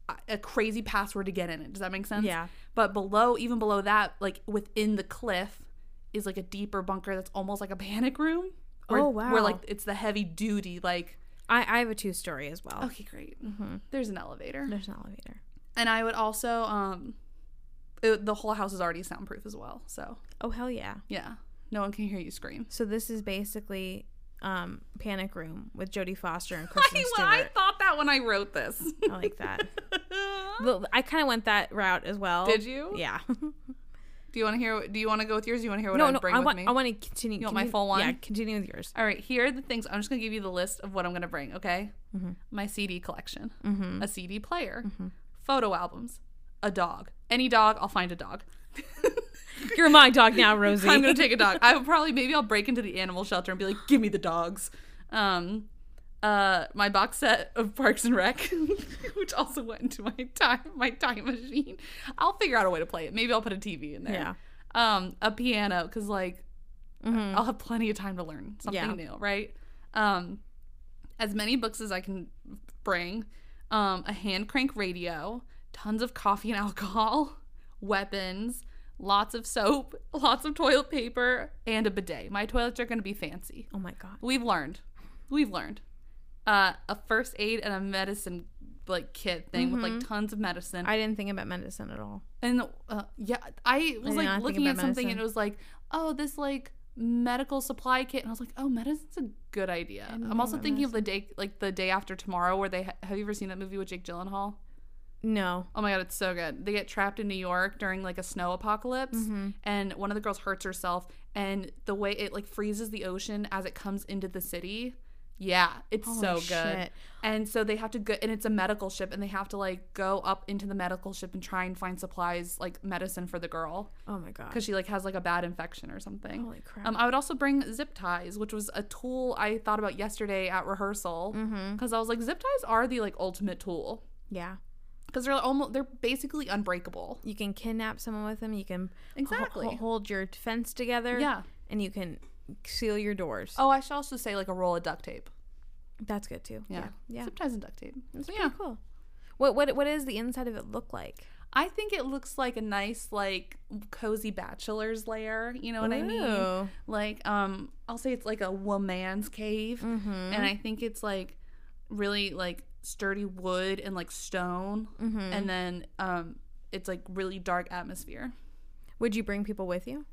S2: a- a crazy password to get in it. Does that make sense?
S3: Yeah.
S2: But below, even below that, like within the cliff, is like a deeper bunker that's almost like a panic room. Where,
S3: Oh,
S2: Where
S3: wow.
S2: like it's the heavy duty like.
S3: I, I have a two story as well.
S2: Okay, great. Mm-hmm. There's an elevator
S3: There's an elevator.
S2: and I would also um it, the whole house is already soundproof as well. So,
S3: Oh hell yeah.
S2: yeah. No one can hear you scream.
S3: So this is basically um Panic Room with Jodie Foster and Kristen Stewart.
S2: I thought that when I wrote this.
S3: I like that. Well, I kind of went that route as well.
S2: Did you?
S3: Yeah.
S2: Do you want to hear do you want to go with yours? Do you want to hear what
S3: no,
S2: I would
S3: no.
S2: bring
S3: I
S2: with
S3: want.
S2: me?
S3: I want to continue.
S2: want my
S3: continue-
S2: full one?
S3: Yeah. Continue with yours.
S2: All right, here are the things. I'm just going to give you the list of what I'm going to bring, okay? My CD collection, a CD player, photo albums, a dog. Any dog, I'll find a dog.
S3: You're my dog now, Rosie.
S2: I'm gonna take a dog. I will probably maybe I'll break into the animal shelter and be like, "Give me the dogs." Um, uh, my box set of Parks and Rec, which also went into my time my time machine. I'll figure out a way to play it. Maybe I'll put a TV in there.
S3: Yeah.
S2: Um, a piano because like I'll have plenty of time to learn something
S3: Mm. Yeah.
S2: new, right? Um, as many books as I can bring, um, a hand crank radio, tons of coffee and alcohol, weapons, lots of soap, lots of toilet paper, and a bidet. My toilets are going to be fancy.
S3: Oh my god.
S2: We've learned. We've learned. Uh, a first aid and a medicine like kit thing with like tons of medicine.
S3: Mm-hmm. I didn't think about medicine at all.
S2: And uh, yeah, I was
S3: did not
S2: like
S3: think
S2: looking
S3: about
S2: at something
S3: medicine.
S2: and it was like, oh, this like medical supply kit, and I was like, oh, medicine's a good idea. I'm also thinking of the day, like the day after tomorrow, where they ha- have you ever seen that movie with Jake Gyllenhaal?
S3: No.
S2: Oh my god, it's so good. They get trapped in New York during like a snow apocalypse,
S3: Mm-hmm.
S2: and one of the girls hurts herself, and the way it like freezes the ocean as it comes into the city. Yeah, it's so
S3: Holy
S2: good.
S3: shit.
S2: And so they have to go, and it's a medical ship, and they have to like go up into the medical ship and try and find supplies like medicine for the girl
S3: Oh my god.
S2: because she like has like a bad infection or something.
S3: Holy crap.
S2: Um, I would also bring zip ties, which was a tool I thought about yesterday at rehearsal because I was like, zip ties are the like ultimate tool
S3: Mm-hmm. yeah.
S2: because they're almost they're basically unbreakable.
S3: You can kidnap someone with them. You can ho-
S2: Exactly.
S3: ho- hold your fence together.
S2: Yeah.
S3: And you can seal your doors.
S2: Oh, I should also say like a roll of duct tape.
S3: That's good too.
S2: Yeah,
S3: Yeah.
S2: Zip ties and duct tape. So,
S3: That's
S2: yeah,
S3: pretty cool. What what what does the inside of it look like?
S2: I think it looks like a nice, like cozy bachelor's lair. You know what I mean?
S3: Ooh.
S2: Like, um, I'll say it's like a woman's cave, and I think it's like really like sturdy wood and like stone, and then um, it's like really dark atmosphere.
S3: Would you bring people with you?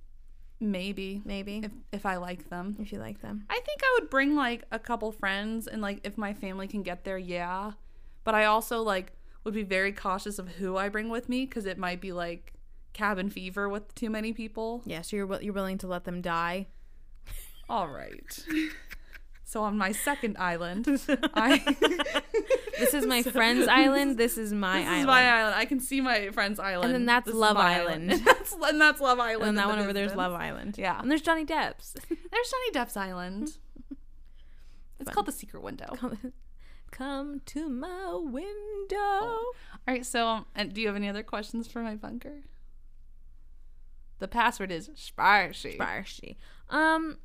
S2: Maybe
S3: Maybe
S2: if
S3: if,
S2: if I like them,
S3: you like them.
S2: I think I would bring like a couple friends, and like if my family can get there, yeah. But I also like would be very cautious of who I bring with me because it might be like cabin fever with too many people.
S3: Yeah, so you're wi- you're willing to let them die.
S2: All right. so on my second island, I
S3: This is my friend's island. This is my
S2: this
S3: island.
S2: is my island. I can see my friend's island,
S3: then that's
S2: This is
S3: Love
S2: my
S3: Island.
S2: that's and that's Love Island.
S3: and
S2: in
S3: that
S2: the
S3: one over there's
S2: distance.
S3: Love Island.
S2: Yeah.
S3: and there's Johnny Depp's.
S2: There's Johnny Depp's island. It's called the Secret Window.
S3: Come to my window.
S2: All right, so um, and do you have any other questions for my bunker? The password is spicy.
S3: Barshy. Um,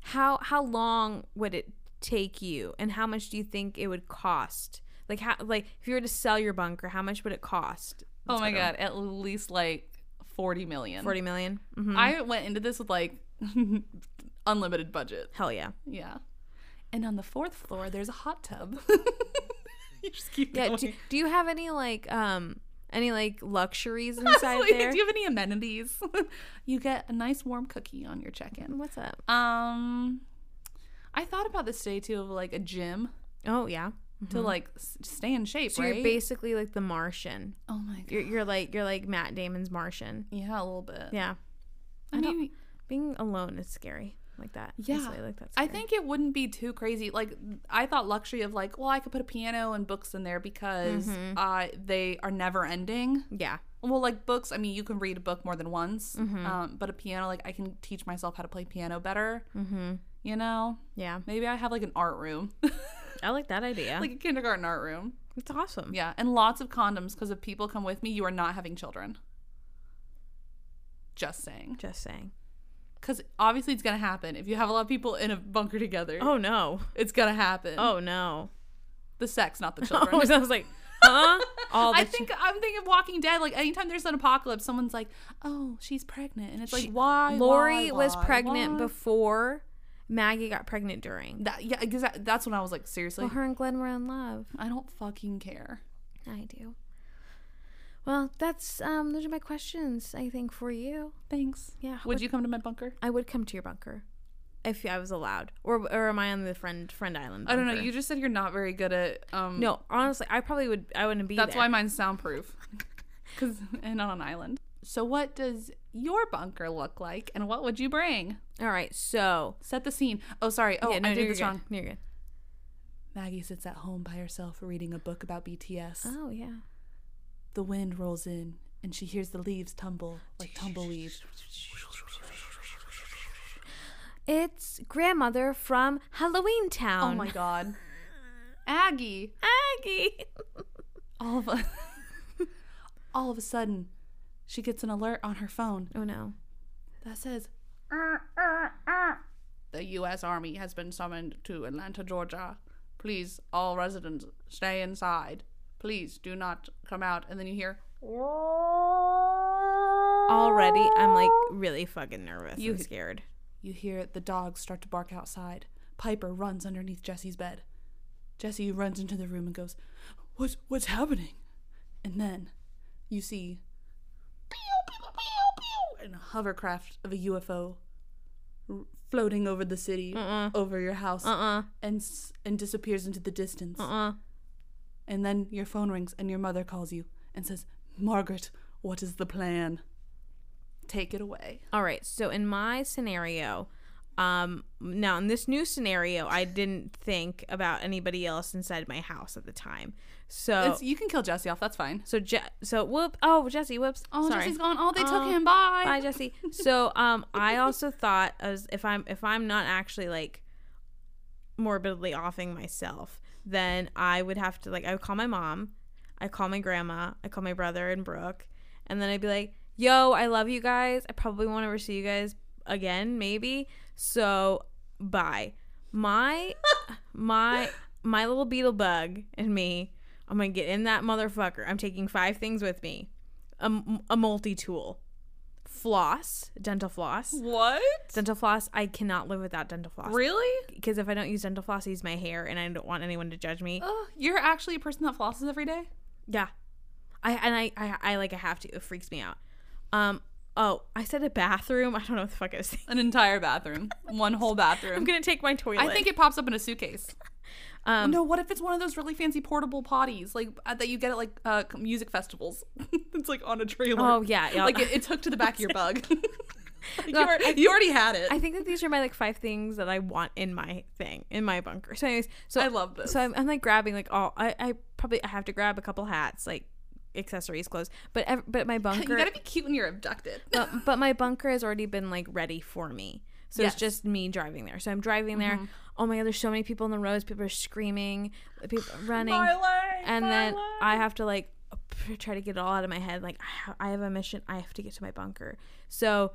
S3: how how long would it take you, and how much do you think it would cost? Like how like if you were to sell your bunker, how much would it cost?
S2: Oh my god, at least like 40 million.
S3: Forty million? Mhm.
S2: I went into this with like unlimited budget.
S3: Hell yeah.
S2: Yeah. And on the fourth floor, there's a hot tub. you just keep
S3: Yeah.
S2: going.
S3: Do, do you have any like um any like luxuries inside
S2: Wait,
S3: there?
S2: do you have any amenities? you get a nice warm cookie on your check-in.
S3: What's up?
S2: Um, I thought about this today too of like a gym
S3: Oh yeah.
S2: to like s- stay in shape.
S3: So
S2: right?
S3: you're basically like the Martian.
S2: Oh my god.
S3: You're you're like you're like Matt Damon's Martian.
S2: Yeah, a little bit.
S3: Yeah.
S2: I
S3: don't-
S2: mean,
S3: Being alone is scary. Like that.
S2: Yeah.
S3: Isolated Like that's
S2: I think it wouldn't be too crazy. Like I thought luxury of like, well, I could put a piano and books in there because
S3: Mm-hmm.
S2: uh, they are never ending.
S3: Yeah.
S2: Well, like books, I mean, you can read a book more than once. Um, but a piano, like I can teach myself how to play piano better.
S3: Mm-hmm.
S2: You know,
S3: Yeah.
S2: maybe I have like an art room,
S3: I like that idea.
S2: like a kindergarten art room.
S3: it's awesome.
S2: Yeah, and lots of condoms because if people come with me, you are not having children. Just saying,
S3: Just saying.
S2: because obviously it's gonna happen if you have a lot of people in a bunker together.
S3: Oh no.
S2: It's gonna happen.
S3: Oh no.
S2: the sex, not the
S3: Oh,
S2: children.
S3: I was like, huh? All the
S2: I think I'm thinking of Walking Dead. Like anytime there's an apocalypse, someone's like, "Oh, she's pregnant," and it's like,
S3: She-
S2: "Why?"
S3: Lori
S2: why,
S3: was
S2: why,
S3: pregnant
S2: why?
S3: before Maggie got pregnant during.
S2: That, yeah, exactly. That's when I was like, seriously,
S3: well, her and Glenn were in love.
S2: I don't fucking care.
S3: I do. Well, that's um those are my questions, I think, for you.
S2: Thanks.
S3: Yeah.
S2: Would you come to my bunker?
S3: I would come to your bunker. If I was allowed. Or or am I on the friend friend island?
S2: I don't know.
S3: bunker?
S2: You just said you're not very good at. um
S3: No, honestly, I probably would I wouldn't be
S2: That's
S3: there.
S2: why mine's soundproof, because and on an island. So what does your bunker look like, and what would you bring?
S3: All right, so
S2: Set the scene. Oh, sorry. Oh,
S3: Yeah, no,
S2: I
S3: you're
S2: did this
S3: good.
S2: wrong.
S3: You're good.
S2: Maggie sits at home by herself reading a book about BTS.
S3: Oh yeah.
S2: The wind rolls in, and she hears the leaves tumble like tumbleweeds.
S3: It's grandmother from Halloween Town.
S2: Oh my god. Aggie!
S3: Aggie.
S2: All of a, all of a sudden, she gets an alert on her phone
S3: Oh no.
S2: that says, The U.S. Army has been summoned to Atlanta, Georgia. Please, all residents, stay inside. Please do not come out. And then you hear,
S3: Already, I'm like really fucking nervous
S2: You-
S3: and scared.
S2: You hear the dogs start to bark outside. Piper runs underneath Jesse's bed. Jesse runs into the room and goes, "What's what's happening?" And then you see pew, pew, pew, pew, and a hovercraft of a UFO r- floating over the city, over your house,
S3: Uh
S2: and s- and disappears into the distance.
S3: uh. Uh.
S2: And then your phone rings and your mother calls you and says, "Margaret, what is the plan? Take it away."
S3: All right. So in my scenario, um, now in this new scenario, I didn't think about anybody else inside my house at the time. So
S2: It's, you can kill Jesse off. That's fine.
S3: so Je- so whoop. Oh, Jesse. Whoops.
S2: Oh,
S3: Sorry.
S2: Jesse's gone. Oh, they took
S3: Oh,
S2: him. Bye.
S3: Bye, Jesse. So, um, I also thought as if I'm if I'm not actually like morbidly offing myself, then I would have to like I would call my mom, I call my grandma, I call my brother and Brooke, and then I'd be like, "Yo, I love you guys. I probably won't ever see you guys again, maybe. So, bye." My my my little beetle bug and me I'm gonna get in that motherfucker. I'm taking five things with me, a, a multi tool, floss, dental floss,
S2: What?
S3: dental floss. I cannot live without dental floss.
S2: Really?
S3: Because if I don't use dental floss, I use my hair, and I don't want anyone to judge me.
S2: Oh, you're actually a person that flosses every day?
S3: Yeah, I and I, I I like I have to. It freaks me out. Um. Oh, I said a bathroom. I don't know what the fuck I was saying.
S2: An entire bathroom. One whole bathroom.
S3: I'm gonna take my toilet.
S2: I think it pops up in a suitcase.
S3: Um,
S2: no, what if it's one of those really fancy portable potties, like uh, that you get at like uh, music festivals? it's like on a trailer.
S3: Oh, yeah, yeah.
S2: like it, it's hooked to the back of your bug. you,
S3: No,
S2: were-
S3: I-
S2: you already had it.
S3: I think that these are my like five things that I want in my thing in my bunker. So, anyways, so
S2: I love this.
S3: So I'm, I'm like grabbing like all I, I probably I have to grab a couple hats like accessories clothes, but ev- but my bunker
S2: you gotta be cute when you're abducted.
S3: but, but my bunker has already been like ready for me. So
S2: Yes.
S3: it's just me driving there. So I'm driving there. Oh my god, there's so many people in the roads. People are screaming. uh, People are running. and then I have to like p- try to get it all out of my head. Like I ha- I have a mission. I have to get to my bunker. So,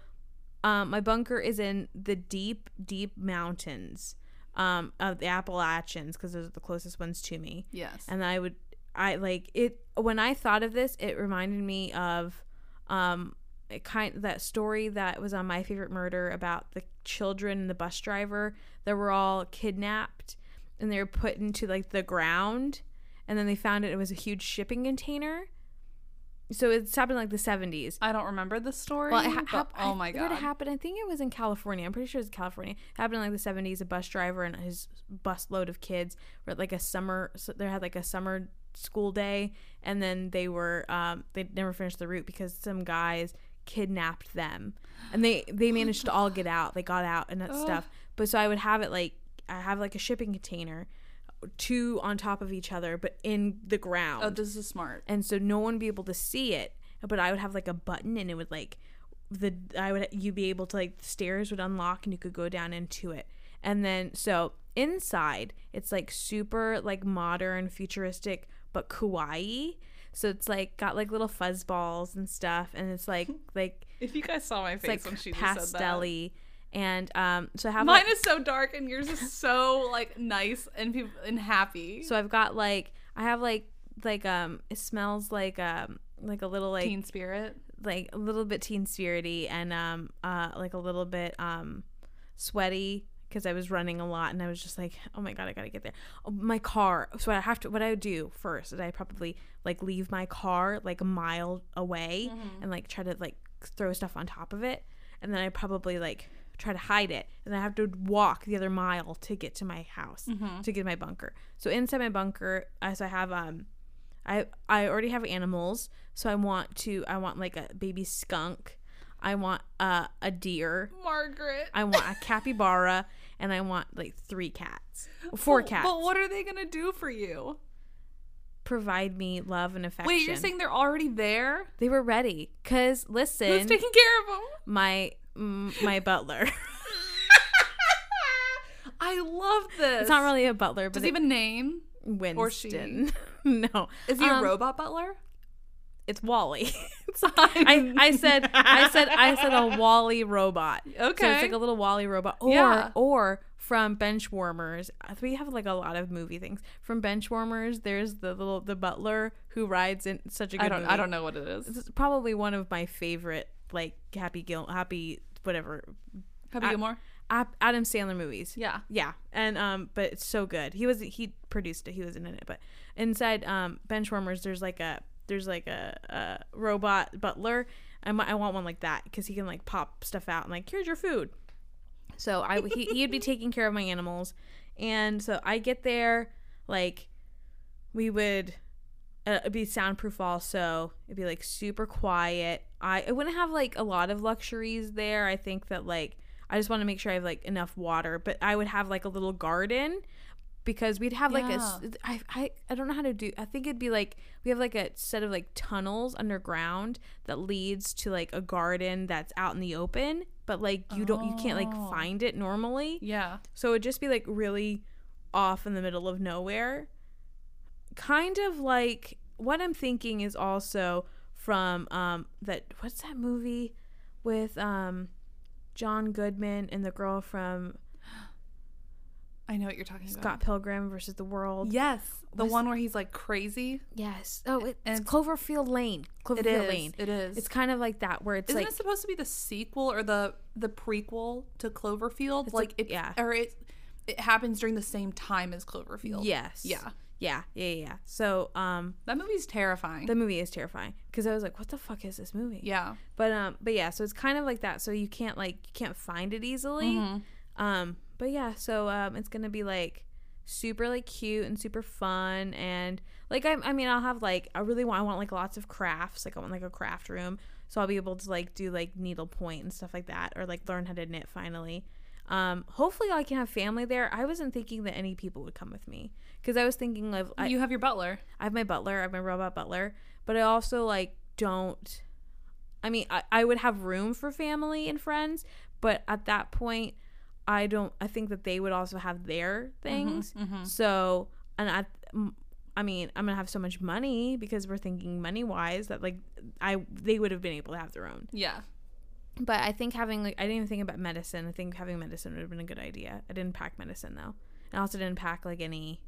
S3: um, my bunker is in the deep, deep mountains, um, of the Appalachians because those are the closest ones to me.
S2: yes.
S3: And I would, I like it when I thought of this. It reminded me of, um, it kind that story that was on my favorite murder about the children and the bus driver that were all kidnapped and they were put into like the ground, and then they found it. It was a huge shipping container. So it's happened like the seventies.
S2: I don't remember the story.
S3: Well, it ha-
S2: but-
S3: hap- I
S2: oh my
S3: forget
S2: god.
S3: It happened. I think it was in California. I'm pretty sure it was California. It happened in like the 70s. A bus driver and his bus load of kids were at like a summer. So they had like a summer school day, and then they were um, they never finished the route because some guys kidnapped them, and they they managed to all get out. They got out and that stuff. But so I would have it like I have like a shipping container, uh, two on top of each other, but in the ground
S2: oh, this is smart.
S3: and so no one would be able to see it but i would have like a button and it would like the i would you'd be able to like the stairs would unlock and you could go down into it and then so inside it's like super like modern futuristic but kawaii so it's like got like little fuzz balls and stuff and it's like like
S2: If you guys saw my face
S3: it's
S2: when she
S3: like
S2: just said that.
S3: pastelly and um so I have
S2: Mine
S3: like,
S2: is so dark and yours is so like nice and peop and happy.
S3: so i've got like i have like like um it smells like um like a little like
S2: Teen spirit.
S3: like a little bit teen spirity and um uh like a little bit um sweaty because I was running a lot and I was just like, oh my god, I gotta get there. Oh, my car. So I have to. What I would do first is I probably like leave my car like a mile away and like try to like throw stuff on top of it, and then I probably like try to hide it and i have to walk the other mile to get to my house to get to my bunker so inside my bunker as i have um I I already have animals, so I want to I want like a baby skunk. I want uh, a deer.
S2: Margaret.
S3: I want a capybara and I want like three cats. Four
S2: But-
S3: cats.
S2: But what are they gonna do for you?
S3: Provide me love and affection.
S2: Wait, you're saying they're already there?
S3: they were ready cuz
S2: Who's
S3: listen,
S2: taking care of them?
S3: my mm, my butler.
S2: I love this.
S3: it's not really a butler, but
S2: Does
S3: it,
S2: he have a name?
S3: Winston.
S2: or she?
S3: no.
S2: Is he a
S3: Um,
S2: robot butler?
S3: It's Wally. It's- I, I said I said I said a Wally robot. So
S2: Okay.
S3: it's like a little Wally robot. Or
S2: Yeah.
S3: or from Benchwarmers. uh, We have like a lot of movie things. From Benchwarmers, there's the little the butler who rides in such a good
S2: I don't.
S3: movie.
S2: I don't know what it is.
S3: This is probably one of my favorite like Happy Gil Happy whatever
S2: Happy Gilmore.
S3: Ap- Adam Sandler movies.
S2: Yeah.
S3: Yeah, and um, but it's so good. He was he produced it. He wasn't in it, but inside um Benchwarmers, there's like a there's like a, a robot butler. I mi- I want one like that because he can like pop stuff out and like here's your food. So I he he'd be taking care of my animals, and so I get there like we would uh, it'd be soundproof also it'd be like super quiet I, I wouldn't have like a lot of luxuries there i think that like i just want to make sure i have like enough water but i would have like a little garden because we'd have like a s- I, I i don't know how to do i think it'd be like we have like a set of like tunnels underground that leads to like a garden that's out in the open but like you don't you can't like find it normally
S2: Yeah.
S3: so it'd just be like really off in the middle of nowhere. Kind of like what I'm thinking is also from um that what's that movie with um John Goodman and the girl from
S2: I know what you're talking about.
S3: Scott Pilgrim versus the World.
S2: Yes, the one where he's like crazy.
S3: Yes. Oh, it, it's
S2: And-
S3: Cloverfield Lane. Cloverfield
S2: It is.
S3: Lane.
S2: It is.
S3: It's kind of like that where it's
S2: Isn't
S3: like
S2: it supposed to be the sequel or the the prequel to Cloverfield? like
S3: like-
S2: it,
S3: yeah.
S2: or it it happens during the same time as Cloverfield.
S3: yes.
S2: yeah,
S3: Yeah. Yeah. Yeah. yeah. So um,
S2: that movie's terrifying.
S3: the movie is terrifying because I was like, what the fuck is this movie?
S2: yeah,
S3: But um, but yeah. So it's kind of like that. So you can't like you can't find it easily. Um, but yeah. So um, it's gonna be like super like cute and super fun and like I, I mean I'll have like I really want I want like lots of crafts like I want like a craft room so I'll be able to like do like needlepoint and stuff like that or like learn how to knit finally um hopefully I can have family there I wasn't thinking that any people would come with me because I was thinking of I,
S2: you have your butler.
S3: I have my butler, I have my robot butler, but I also like don't. I mean, I, I would have room for family and friends, but at that point, I don't. I think that they would also have their things. So, and I, m- I mean, I'm gonna have so much money because we're thinking money wise that like I they would have been able to have their own.
S2: Yeah,
S3: But I think having like I didn't even think about medicine. I think having medicine would have been a good idea. I didn't pack medicine though, and I also didn't pack like any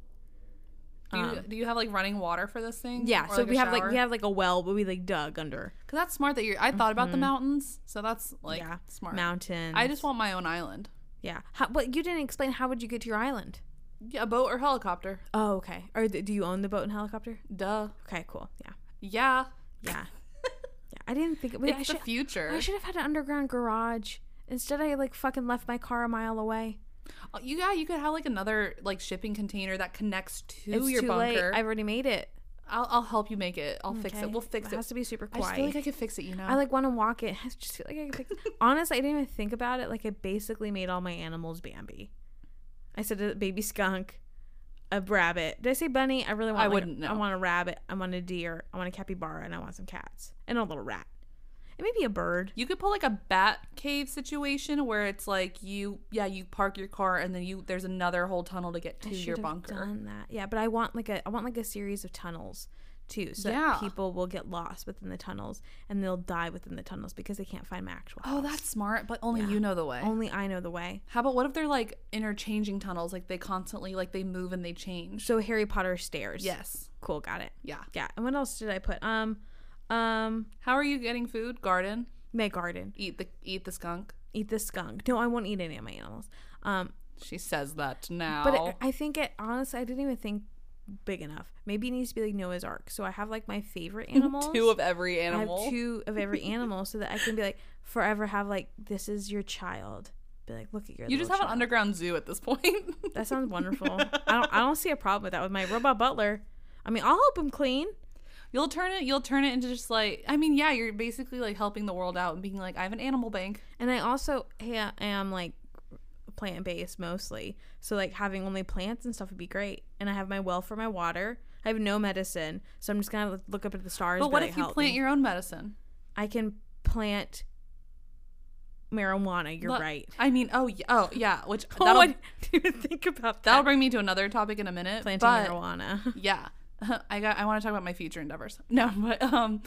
S2: do you,
S3: Um,
S2: do you have like running water for this thing?
S3: Yeah,
S2: Or,
S3: so
S2: a
S3: we have like we
S2: shower?
S3: have like a well, but we like dug under.
S2: Cause that's smart that you. I thought about the mountains, so that's like
S3: Mm-hmm. yeah,
S2: smart.
S3: mountains.
S2: I just want my own island.
S3: yeah. How, but you didn't explain how would you get to your island?
S2: Yeah, a boat or helicopter.
S3: Oh, okay. Or th- do you own the boat and helicopter?
S2: Duh.
S3: Okay, cool. Yeah,
S2: Yeah,
S3: yeah, yeah. I didn't think. Wait,
S2: it's
S3: I
S2: the
S3: should.
S2: future.
S3: I should have had an underground garage. Instead, I like fucking left my car a mile away.
S2: Oh, you yeah, you could have like another like shipping container that connects to
S3: It's
S2: your
S3: too late.
S2: bunker.
S3: I've already made it.
S2: I'll, I'll help you make it. I'll fix
S3: Okay.
S2: it. We'll fix
S3: It has
S2: it.
S3: to be super
S2: I
S3: quiet.
S2: just feel like I could fix it. You know.
S3: I like want to walk it. I just feel like I could. Like, honestly, I didn't even think about it. Like I basically made all my animals Bambi. I said a baby skunk, a rabbit. Did I say bunny? I really want.
S2: I
S3: like,
S2: wouldn't know.
S3: I want a rabbit. I want a deer. I want a capybara, and I want some cats and a little rat, and maybe a bird.
S2: You could pull like a bat cave situation where it's like you, yeah, you park your car and then you there's another whole tunnel to get to
S3: I
S2: your
S3: should've
S2: bunker.
S3: Done that. Yeah, but I want like a I want like a series of tunnels too, so
S2: Yeah.
S3: that people will get lost within the tunnels and they'll die within the tunnels because they can't find my actual.
S2: Oh,
S3: house.
S2: that's smart, but only you know the way.
S3: only I know the way.
S2: How about what if they're like interchanging tunnels? Like they constantly like they move and they change.
S3: So Harry Potter stairs.
S2: Yes.
S3: Cool. Got it.
S2: Yeah.
S3: Yeah, and what else did I put? Um, um,
S2: How are you getting food? Garden.
S3: my garden.
S2: Eat the eat the skunk.
S3: Eat the skunk. No, I won't eat any of my animals. Um,
S2: She says that now.
S3: but it, I think it. Honestly, I didn't even think big enough. Maybe it needs to be like Noah's Ark. So I have like my favorite animals.
S2: two of every
S3: I have
S2: animal.
S3: two of every animal, so that I can be like forever have like this is your child. Be like, look at your.
S2: you just have
S3: little
S2: an
S3: child.
S2: underground zoo at this point.
S3: That sounds wonderful. I don't. I don't see a problem with that with my robot butler. I mean, I'll help him clean.
S2: You'll turn it. You'll turn it into just like. I mean, yeah, you're basically like helping the world out and being like, I have an animal bank.
S3: And I also ha- am like plant based mostly. So like having only plants and stuff would be great. And I have my well for my water. I have no medicine, so I'm just gonna look- look up at the stars.
S2: But
S3: be
S2: what
S3: like,
S2: if you
S3: "Help
S2: plant
S3: me."
S2: your own medicine?
S3: I can plant marijuana. You're
S2: Look,
S3: right.
S2: I mean, oh, yeah, oh yeah. Which
S3: Oh,
S2: that'll
S3: I didn't even think about that.
S2: that'll bring me to another topic in a minute.
S3: planting
S2: but,
S3: marijuana.
S2: Yeah, I got. I want to talk about my future endeavors. No, but um,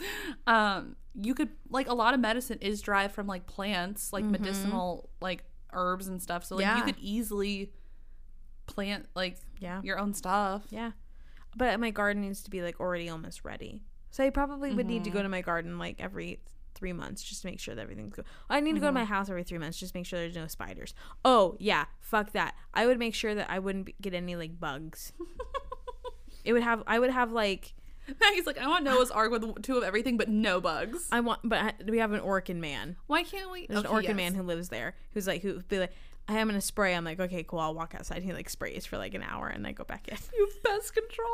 S2: um, you could like a lot of medicine is derived from like plants, like medicinal like herbs and stuff. So like
S3: Mm-hmm. Yeah.
S2: you could easily plant like
S3: Yeah.
S2: your own stuff.
S3: Yeah. But my garden needs to be like already almost ready. So I probably would need to
S2: Mm-hmm.
S3: go to my garden like every three months just to make sure that everything's good. I need to go to my
S2: Mm-hmm.
S3: house every three months just to make sure there's no spiders. Oh, yeah. Fuck that. I would make sure that I wouldn't be- get any like bugs. it would have, I would have like,
S2: Now he's like, I want Noah's Ark with two of everything, but no bugs.
S3: I want, but I, we have an Orkin man.
S2: Why can't we?
S3: There's
S2: Okay,
S3: an Orkin
S2: yes.
S3: man who lives there who's like, who would be like, I am going to spray. I'm like, okay, cool. I'll walk outside. He like sprays for like an hour and I go back in.
S2: You have pest control.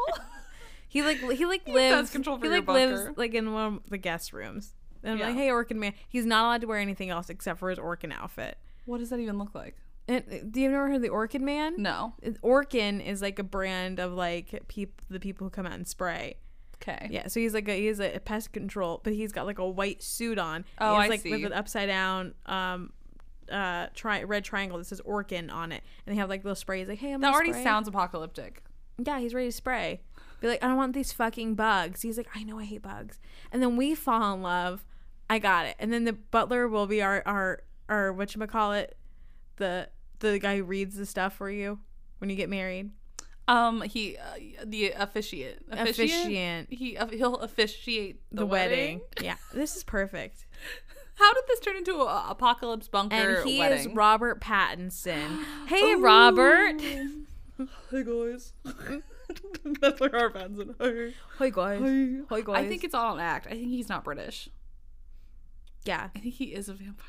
S3: He like li- he like
S2: has
S3: lives.
S2: control for
S3: he
S2: your
S3: like lives
S2: bunker.
S3: like in one of the guest rooms. And I'm like,
S2: Yeah.
S3: hey, Orkin man, he's not allowed to wear anything else except for his Orkin outfit.
S2: what does that even look like?
S3: And uh, do you ever heard of the Orkin man?
S2: No.
S3: It- Orkin is like a brand of like peop- the people who come out and spray.
S2: Okay.
S3: Yeah, so he's like a, he's a pest control, but he's got like a white suit on.
S2: Oh,
S3: he's
S2: I
S3: like
S2: see.
S3: With an upside down um uh tri- red triangle that says Orkin on it, and they have like little sprays like, hey, I'm
S2: That
S3: gonna
S2: already
S3: spray.
S2: sounds apocalyptic.
S3: yeah, he's ready to spray. Be like, I don't want these fucking bugs. He's like, I know I hate bugs. And then we fall in love. I got it. And then the butler will be our our our whatchamacallit, the the guy who reads the stuff for you. when you get married?
S2: Um, he uh, the officiant,
S3: Officiant.
S2: He uh, he'll officiate the,
S3: The
S2: wedding.
S3: wedding. Yeah, this is perfect.
S2: How did this turn into a apocalypse bunker
S3: And he
S2: wedding?
S3: is Robert Pattinson. Hey, Robert.
S2: Hey guys, that's like our fans and Mm-hmm. hey.
S3: Hi guys. Hi guys.
S2: I think it's all an act. I think he's not British.
S3: yeah.
S2: I think he is a vampire.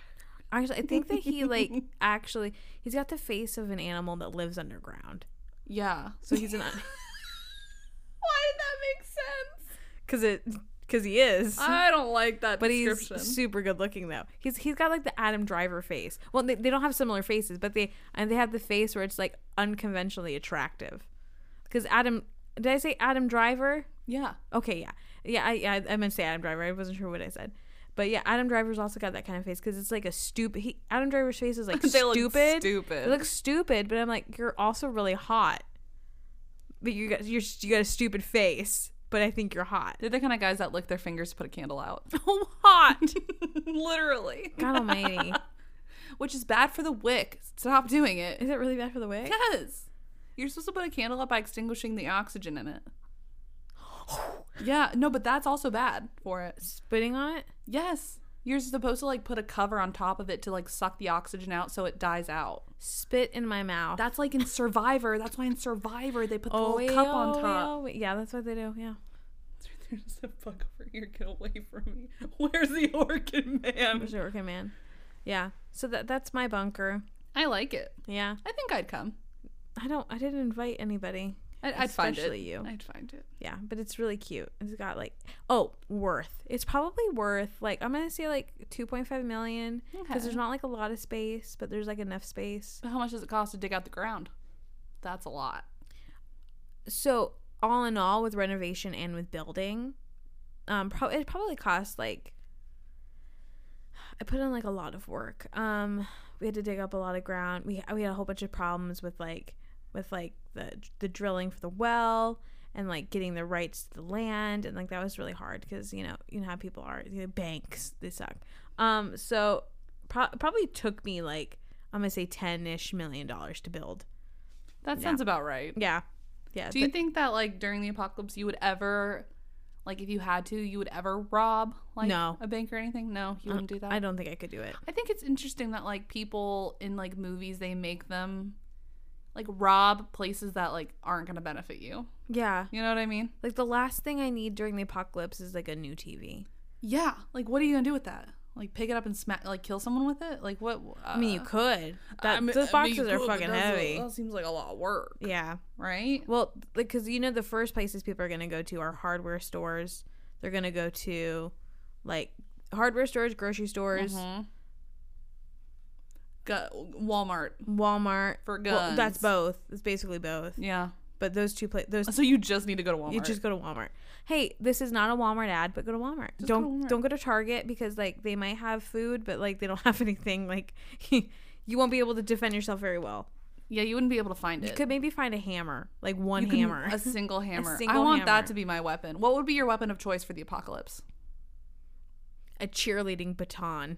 S3: Actually, I think that he like actually he's got the face of an animal that lives underground.
S2: Yeah.
S3: So he's an
S2: Why did that make sense?
S3: because it because he is.
S2: I don't like that
S3: but he's
S2: description.
S3: super good looking though. He's he's got like the Adam Driver face. Well, they, they don't have similar faces, but they and they have the face where it's like unconventionally attractive. Because Adam, did I say Adam Driver?
S2: yeah.
S3: Okay, yeah, yeah, I, yeah, I meant to say Adam Driver. I wasn't sure what I said, but yeah, Adam Driver's also got that kind of face because it's like a stupid. He, Adam Driver's face is like
S2: They look
S3: stupid,
S2: stupid.
S3: They look stupid, but I'm like, you're also really hot, but you got you're you got a stupid face, but I think you're hot.
S2: They're the kind of guys that lick their fingers to put a candle out.
S3: Oh, hot!
S2: Literally.
S3: God Almighty,
S2: Which is bad for the wick. Stop doing it.
S3: is it really bad for the wig?
S2: Yes. You're supposed to put a candle up by extinguishing the oxygen in it. Yeah, no, but that's also bad for it.
S3: Spitting on it?
S2: Yes. You're supposed to like put a cover on top of it to like suck the oxygen out so it dies out.
S3: Spit in my mouth.
S2: That's like in Survivor. That's why in Survivor they put the
S3: oh,
S2: little cup on top.
S3: Yeah, that's what they do. Yeah.
S2: There's a fuck over here. Get away from me. Where's the orchid man?
S3: Where's your working man? Yeah. So that that's my bunker.
S2: I like it.
S3: Yeah.
S2: I think I'd come.
S3: I don't. I didn't invite anybody.
S2: I'd, I'd find it.
S3: Especially you.
S2: I'd find it.
S3: Yeah, but it's really cute. It's got like oh worth. It's probably worth like I'm gonna say like 2.5 million because
S2: Okay.
S3: there's not like a lot of space, but there's like enough space.
S2: But how much does it cost to dig out the ground? That's a lot.
S3: So all in all, with renovation and with building, um, pro- it probably cost like I put in like a lot of work. Um, we had to dig up a lot of ground. We we had a whole bunch of problems with like with like the the drilling for the well and like getting the rights to the land and like that was really hard because you know you know how people are you know, banks they suck. Um, so pro- probably took me like I'm gonna say ten ish million dollars to build.
S2: That sounds about right.
S3: Yeah, yeah.
S2: Do you think that like during the apocalypse you would ever like if you had to, you would ever rob like
S3: No.
S2: a bank or anything? No, you wouldn't do that.
S3: I don't think I could do it.
S2: I think it's interesting that like people in like movies they make them like rob places that like aren't going to benefit you.
S3: Yeah.
S2: You know what I mean?
S3: Like the last thing I need during the apocalypse is like a new TV.
S2: Yeah. Like what are you going to do with that? Like pick it up and smack like kill someone with it? Like what uh,
S3: I mean, you could. That,
S2: I mean-
S3: those
S2: I mean,
S3: boxes
S2: you
S3: are
S2: could, but
S3: fucking
S2: that's a-
S3: heavy.
S2: That seems like a lot of work,
S3: yeah.
S2: right?
S3: Well, like, because you know, the first places people are going to go to are hardware stores. They're going to go to like hardware stores, grocery stores,
S2: Got Walmart.
S3: Walmart.
S2: Mm-hmm. For guns.
S3: that's both. It's basically both.
S2: Yeah.
S3: But those two places, those
S2: So you just need to go to Walmart.
S3: You just go to Walmart. Hey, this is not a Walmart ad, but go to Walmart. don't
S2: go to Walmart.
S3: don't go to Target because like they might have food, but like they don't have anything. Like you won't be able to defend yourself very well.
S2: yeah, you wouldn't be able to find it. Mm,
S3: You could maybe find a hammer, like one hammer.
S2: a single hammer. I
S3: single
S2: want that
S3: hammer.
S2: to be my weapon. What would be your weapon of choice for the apocalypse?
S3: a cheerleading baton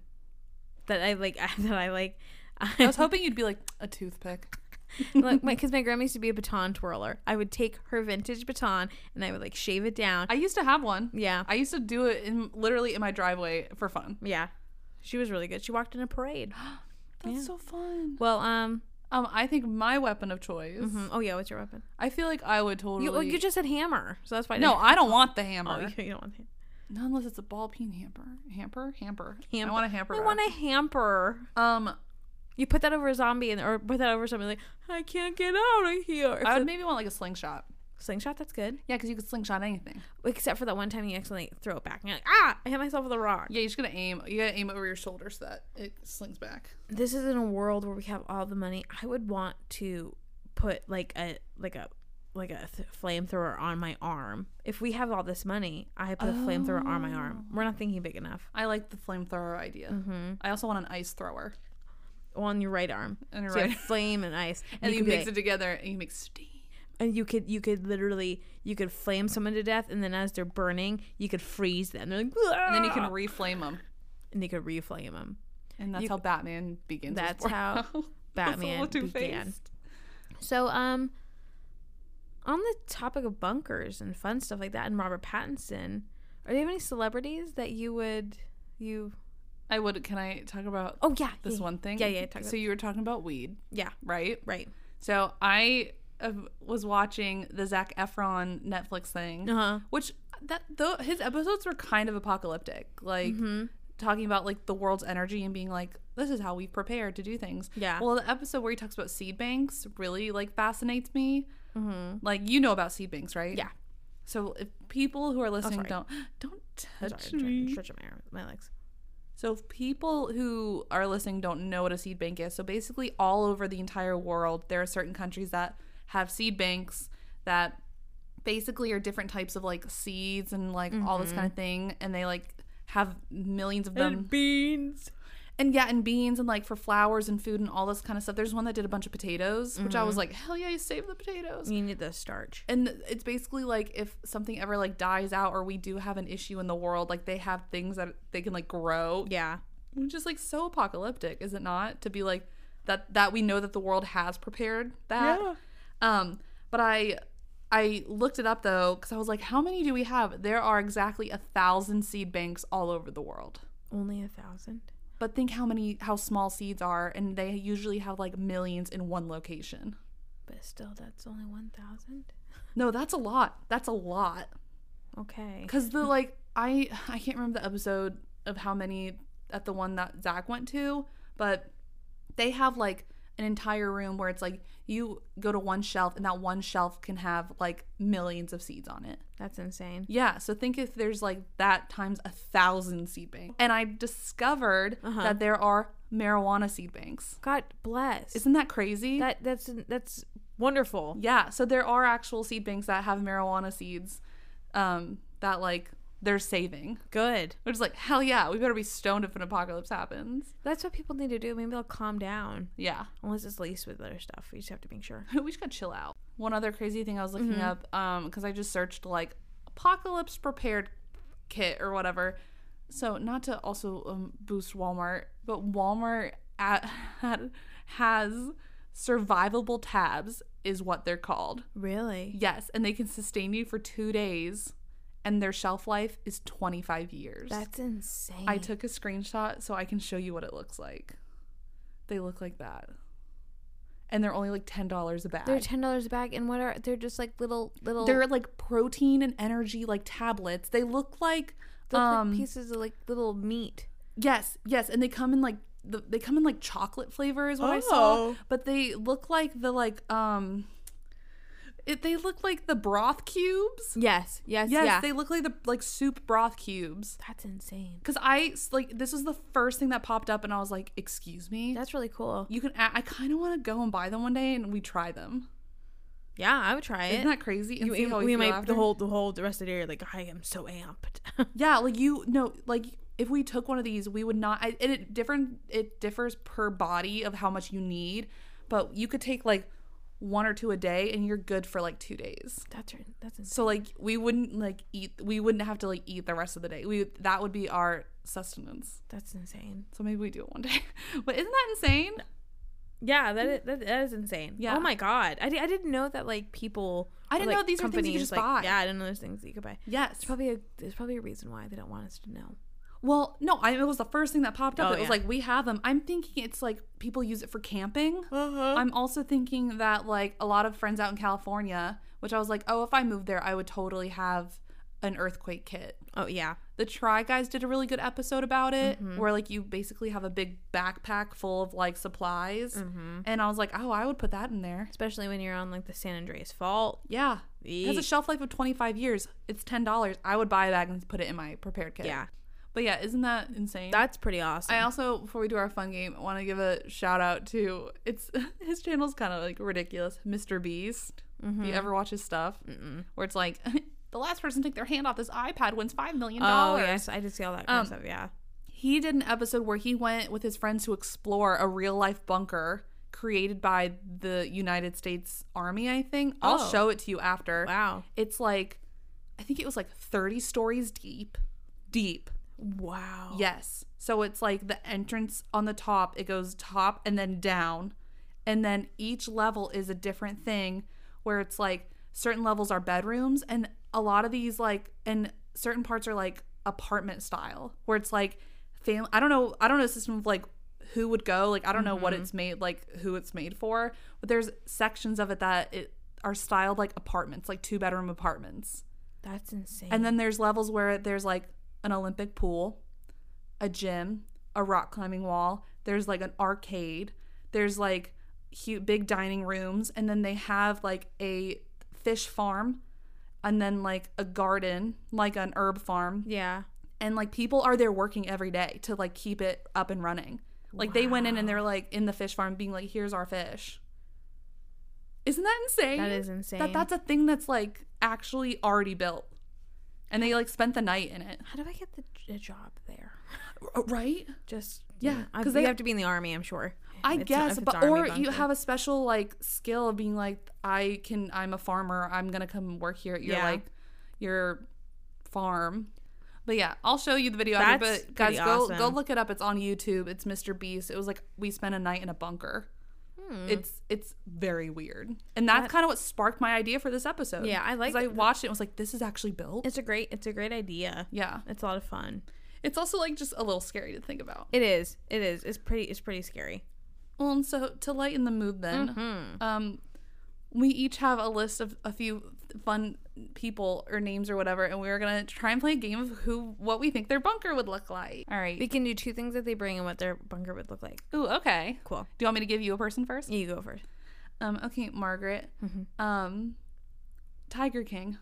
S3: that I like that I like.
S2: I was hoping you'd be like a toothpick.
S3: like my because my grandma used to be a baton twirler. I would take her vintage baton and I would like shave it down.
S2: I used to have one.
S3: yeah,
S2: I used to do it in literally in my driveway for fun.
S3: yeah. She was really good. She walked in a parade.
S2: That's so fun. Mm-hmm.
S3: Well, um,
S2: Um, I think my weapon of choice.
S3: mm, oh yeah, what's your weapon?
S2: I feel like I would totally.
S3: You, well, you just said hammer, so that's why I
S2: no,
S3: didn't-
S2: I don't want the hammer.
S3: Oh, you don't want ham-
S2: Not unless it's a ball peen hamper. Hamper? Hamper.
S3: hamper.
S2: I want a hamper.
S3: I
S2: back.
S3: want a hamper.
S2: Um,
S3: You put that over a zombie and or put that over somebody like I can't get out of here.
S2: I would maybe want like a slingshot.
S3: slingshot, that's good.
S2: Yeah, because you could slingshot anything.
S3: Except for that one time you accidentally throw it back and you're like, ah, I hit myself with a rock.
S2: Yeah, you're just gonna aim. You gotta aim over your shoulder so that it slings back.
S3: This is in a world where we have all the money. I would want to put like a like a like a th- flamethrower on my arm. If we have all this money, I put a flamethrower on my arm. We're not thinking big enough.
S2: I like the flamethrower idea. I also want an ice thrower,
S3: On your right arm,
S2: On your
S3: So you
S2: right
S3: have flame and ice,
S2: and you,
S3: could be
S2: mix
S3: like-
S2: it together and you make steam.
S3: and you could you could literally you could flame someone to death and then as they're burning you could freeze them they're like
S2: And then you
S3: "Aah!"
S2: can reflame them,
S3: and they could reflame them
S2: and that's how Batman begins. his
S3: that's
S2: war.
S3: how
S2: That's a little
S3: batman began
S2: two-faced.
S3: So, um, on the topic of bunkers and fun stuff like that, and Robert Pattinson, are you have any celebrities that you would you?
S2: I would. Can I talk about
S3: Oh yeah,
S2: this
S3: yeah,
S2: one thing?
S3: Yeah, yeah. Talk
S2: so
S3: about-
S2: you were talking about weed,
S3: yeah,
S2: right?
S3: right.
S2: So I uh, was watching the Zach Efron Netflix thing,
S3: Uh huh.
S2: which that though his episodes were kind of apocalyptic, like
S3: Mm-hmm.
S2: talking about like the world's energy and being like, this is how we've prepared to do things.
S3: Yeah.
S2: Well, the episode where he talks about seed banks really like fascinates me. Like you know about seed banks, right?
S3: Mm-hmm. Yeah.
S2: So if people who are listening
S3: sorry.
S2: don't don't
S3: I'm
S2: touch
S3: sorry, I'm trying to
S2: me.
S3: stretch out my, arm- my legs.
S2: So if people who are listening don't know what a seed bank is, so basically all over the entire world, there are certain countries that have seed banks that basically are different types of like seeds and like all this kind of thing, and they like have millions of them
S3: beans.
S2: and yeah, and beans and like for flowers and food and all this kind of stuff. There's one that did a bunch of potatoes, which I was like, hell yeah, you save the potatoes.
S3: You need the starch.
S2: And it's basically like if something ever like dies out or we do have an issue in the world, like they have things that they can like grow.
S3: Yeah.
S2: Which is like so apocalyptic, is it not? To be like that that we know that the world has prepared that.
S3: Yeah.
S2: Um, but I I looked it up though because I was like, how many do we have? There are exactly a thousand seed banks all over the world.
S3: Only a thousand.
S2: But think how many how small seeds are, and they usually have like millions in one location.
S3: But still, that's only one thousand.
S2: No, that's a lot. That's a lot.
S3: Okay.
S2: Cause the like I I can't remember the episode of how many at the one that Zach went to, but they have like an entire room where it's like you go to one shelf and that one shelf can have like millions of seeds on it.
S3: That's insane.
S2: Yeah, so think if there's like that times a thousand seed banks. And I discovered
S3: Uh-huh.
S2: that there are marijuana seed banks.
S3: God bless.
S2: Isn't that crazy?
S3: that that's that's wonderful.
S2: Yeah, so there are actual seed banks that have marijuana seeds um, that like they're saving.
S3: Good.
S2: We're just like, hell yeah, we better be stoned if an apocalypse happens.
S3: That's what people need to do. Maybe they'll calm down.
S2: Yeah.
S3: Unless it's laced with other stuff. We just have to make sure.
S2: we just gotta chill out. One other crazy thing I was looking up, um, because I just searched like apocalypse prepared kit or whatever. So not to also um, boost Walmart, but Walmart at, has survivable tabs is what they're called.
S3: Really?
S2: Yes, and they can sustain you for two days, and their shelf life is 25 years.
S3: That's insane.
S2: I took a screenshot so I can show you what it looks like. They look like that. And they're only like $10 a bag.
S3: They're ten dollars a bag, and what are they're just like little little
S2: They're like protein and energy like tablets. They look like
S3: they look like
S2: um
S3: pieces of like little meat.
S2: yes, yes, and they come in like the, they come in like chocolate flavor is what I saw,
S3: Oh.
S2: but they look like the like um it, they look like the broth cubes.
S3: Yes. Yes.
S2: Yes, they look like the like soup broth cubes.
S3: That's insane.
S2: Cuz I like this was the first thing that popped up and I was like, "Excuse me?"
S3: That's really cool.
S2: You can. a- I kind of want to go and buy them one day, and we try them.
S3: Yeah, I would try
S2: Isn't that crazy? And see how we, feel after.
S3: the whole the whole the rest of the day. Like I am so amped.
S2: Yeah, like you no, like if we took one of these, we would not. I, and it different. It differs per body of how much you need, but you could take like one or two a day, and you're good for like two days.
S3: that's that's insane.
S2: So like we wouldn't like eat. We wouldn't have to like eat the rest of the day. We that would be our sustenance.
S3: That's insane.
S2: So maybe we do it one day. But isn't that insane?
S3: Yeah, that is, that, that is insane.
S2: Yeah.
S3: Oh my god, I, di- I didn't know that like people.
S2: I didn't
S3: or, like,
S2: know these were things you could
S3: companies,
S2: just
S3: like,
S2: buy.
S3: Yeah, I didn't know there's things that you could buy.
S2: Yes.
S3: Probably a, there's probably a reason why they don't want us to know.
S2: Well, no, I, it was the first thing that popped up.
S3: Oh,
S2: it was
S3: yeah.
S2: like we have them. I'm thinking it's like people use it for camping.
S3: Uh-huh.
S2: I'm also thinking that like a lot of friends out in California, which I was like, oh, if I moved there, I would totally have an earthquake kit.
S3: Oh yeah,
S2: The Try Guys did a really good episode about it,
S3: Mm-hmm.
S2: where like you basically have a big backpack full of like supplies,
S3: Mm-hmm.
S2: and I was like, oh, I would put that in there.
S3: especially when you're on like the San Andreas Fault.
S2: Yeah, it has a
S3: Eek.
S2: shelf life of 25 years. It's ten dollars. I would buy a bag and put it in my prepared kit.
S3: Yeah,
S2: but yeah, isn't that insane?
S3: that's pretty awesome.
S2: I also, before we do our fun game, want to give a shout out to it's his channel's kind of like ridiculous, Mr. Beast.
S3: Mm-hmm.
S2: If you ever watch his stuff, where it's like the last person to take their hand off this iPad wins five million
S3: oh
S2: dollars.
S3: yes, I did see all that kind of stuff. Yeah,
S2: He did an episode where he went with his friends to explore a real life bunker created by the United States Army. I think I'll
S3: Oh.
S2: show it to you after.
S3: wow,
S2: It's like I think it was like thirty stories deep, deep.
S3: wow.
S2: Yes. So it's like the entrance on the top, it goes top and then down. And then each level is a different thing where it's like certain levels are bedrooms and a lot of these like and certain parts are like apartment style where it's like family I don't know I don't know a system of like who would go like I don't know what it's made like who it's made for but there's sections of it that it are styled like apartments like two bedroom apartments
S3: That's insane.
S2: and then there's levels where there's like an Olympic pool, a gym, a rock climbing wall. There's like an arcade. There's like huge, big dining rooms. And then they have like a fish farm and then like a garden, like an herb farm.
S3: yeah.
S2: And like people are there working every day to like keep it up and running. Like they went in and they're like in the fish farm being like, here's our fish. Isn't that insane?
S3: That is insane.
S2: That that's a thing that's like actually already built, and they like spent the night in it,
S3: How do I get the j- a job there?
S2: right?
S3: Just
S2: Yeah,
S3: I,
S2: 'cause
S3: you
S2: they-
S3: have to be in the army. I'm sure.
S2: I
S3: It's not-
S2: guess,
S3: if it's
S2: but
S3: army
S2: or you
S3: bunker.
S2: have a special like skill of being like, I can, I'm a farmer. I'm gonna come work here at your
S3: Yeah.
S2: like your farm. But yeah, I'll show you the video. after,
S3: That's
S2: but guys,
S3: pretty
S2: go go
S3: awesome.
S2: look it up. It's on YouTube. It's Mr. Beast. It was like we spent a night in a bunker.
S3: Hmm.
S2: It's it's very weird, and that's kind of what sparked my idea for this episode.
S3: Yeah, I like
S2: 'Cause I
S3: the-
S2: watched it. and was like, this is actually built.
S3: It's a great. It's a great idea.
S2: yeah,
S3: It's a lot of fun.
S2: It's also like just a little scary to think about.
S3: It is. It is. It's pretty. It's pretty scary.
S2: Well, and so to lighten the mood, then,
S3: Mm-hmm.
S2: um, we each have a list of a few fun people or names or whatever, and we are gonna try and play a game of who what we think their bunker would look like. All
S3: We
S2: right.
S3: can do two things that they bring and what their bunker would look like.
S2: Ooh, okay.
S3: Cool.
S2: Do you want me to give you a person first?
S3: You go first.
S2: Um, okay, Margaret.
S3: Mm-hmm.
S2: Um, Tiger King.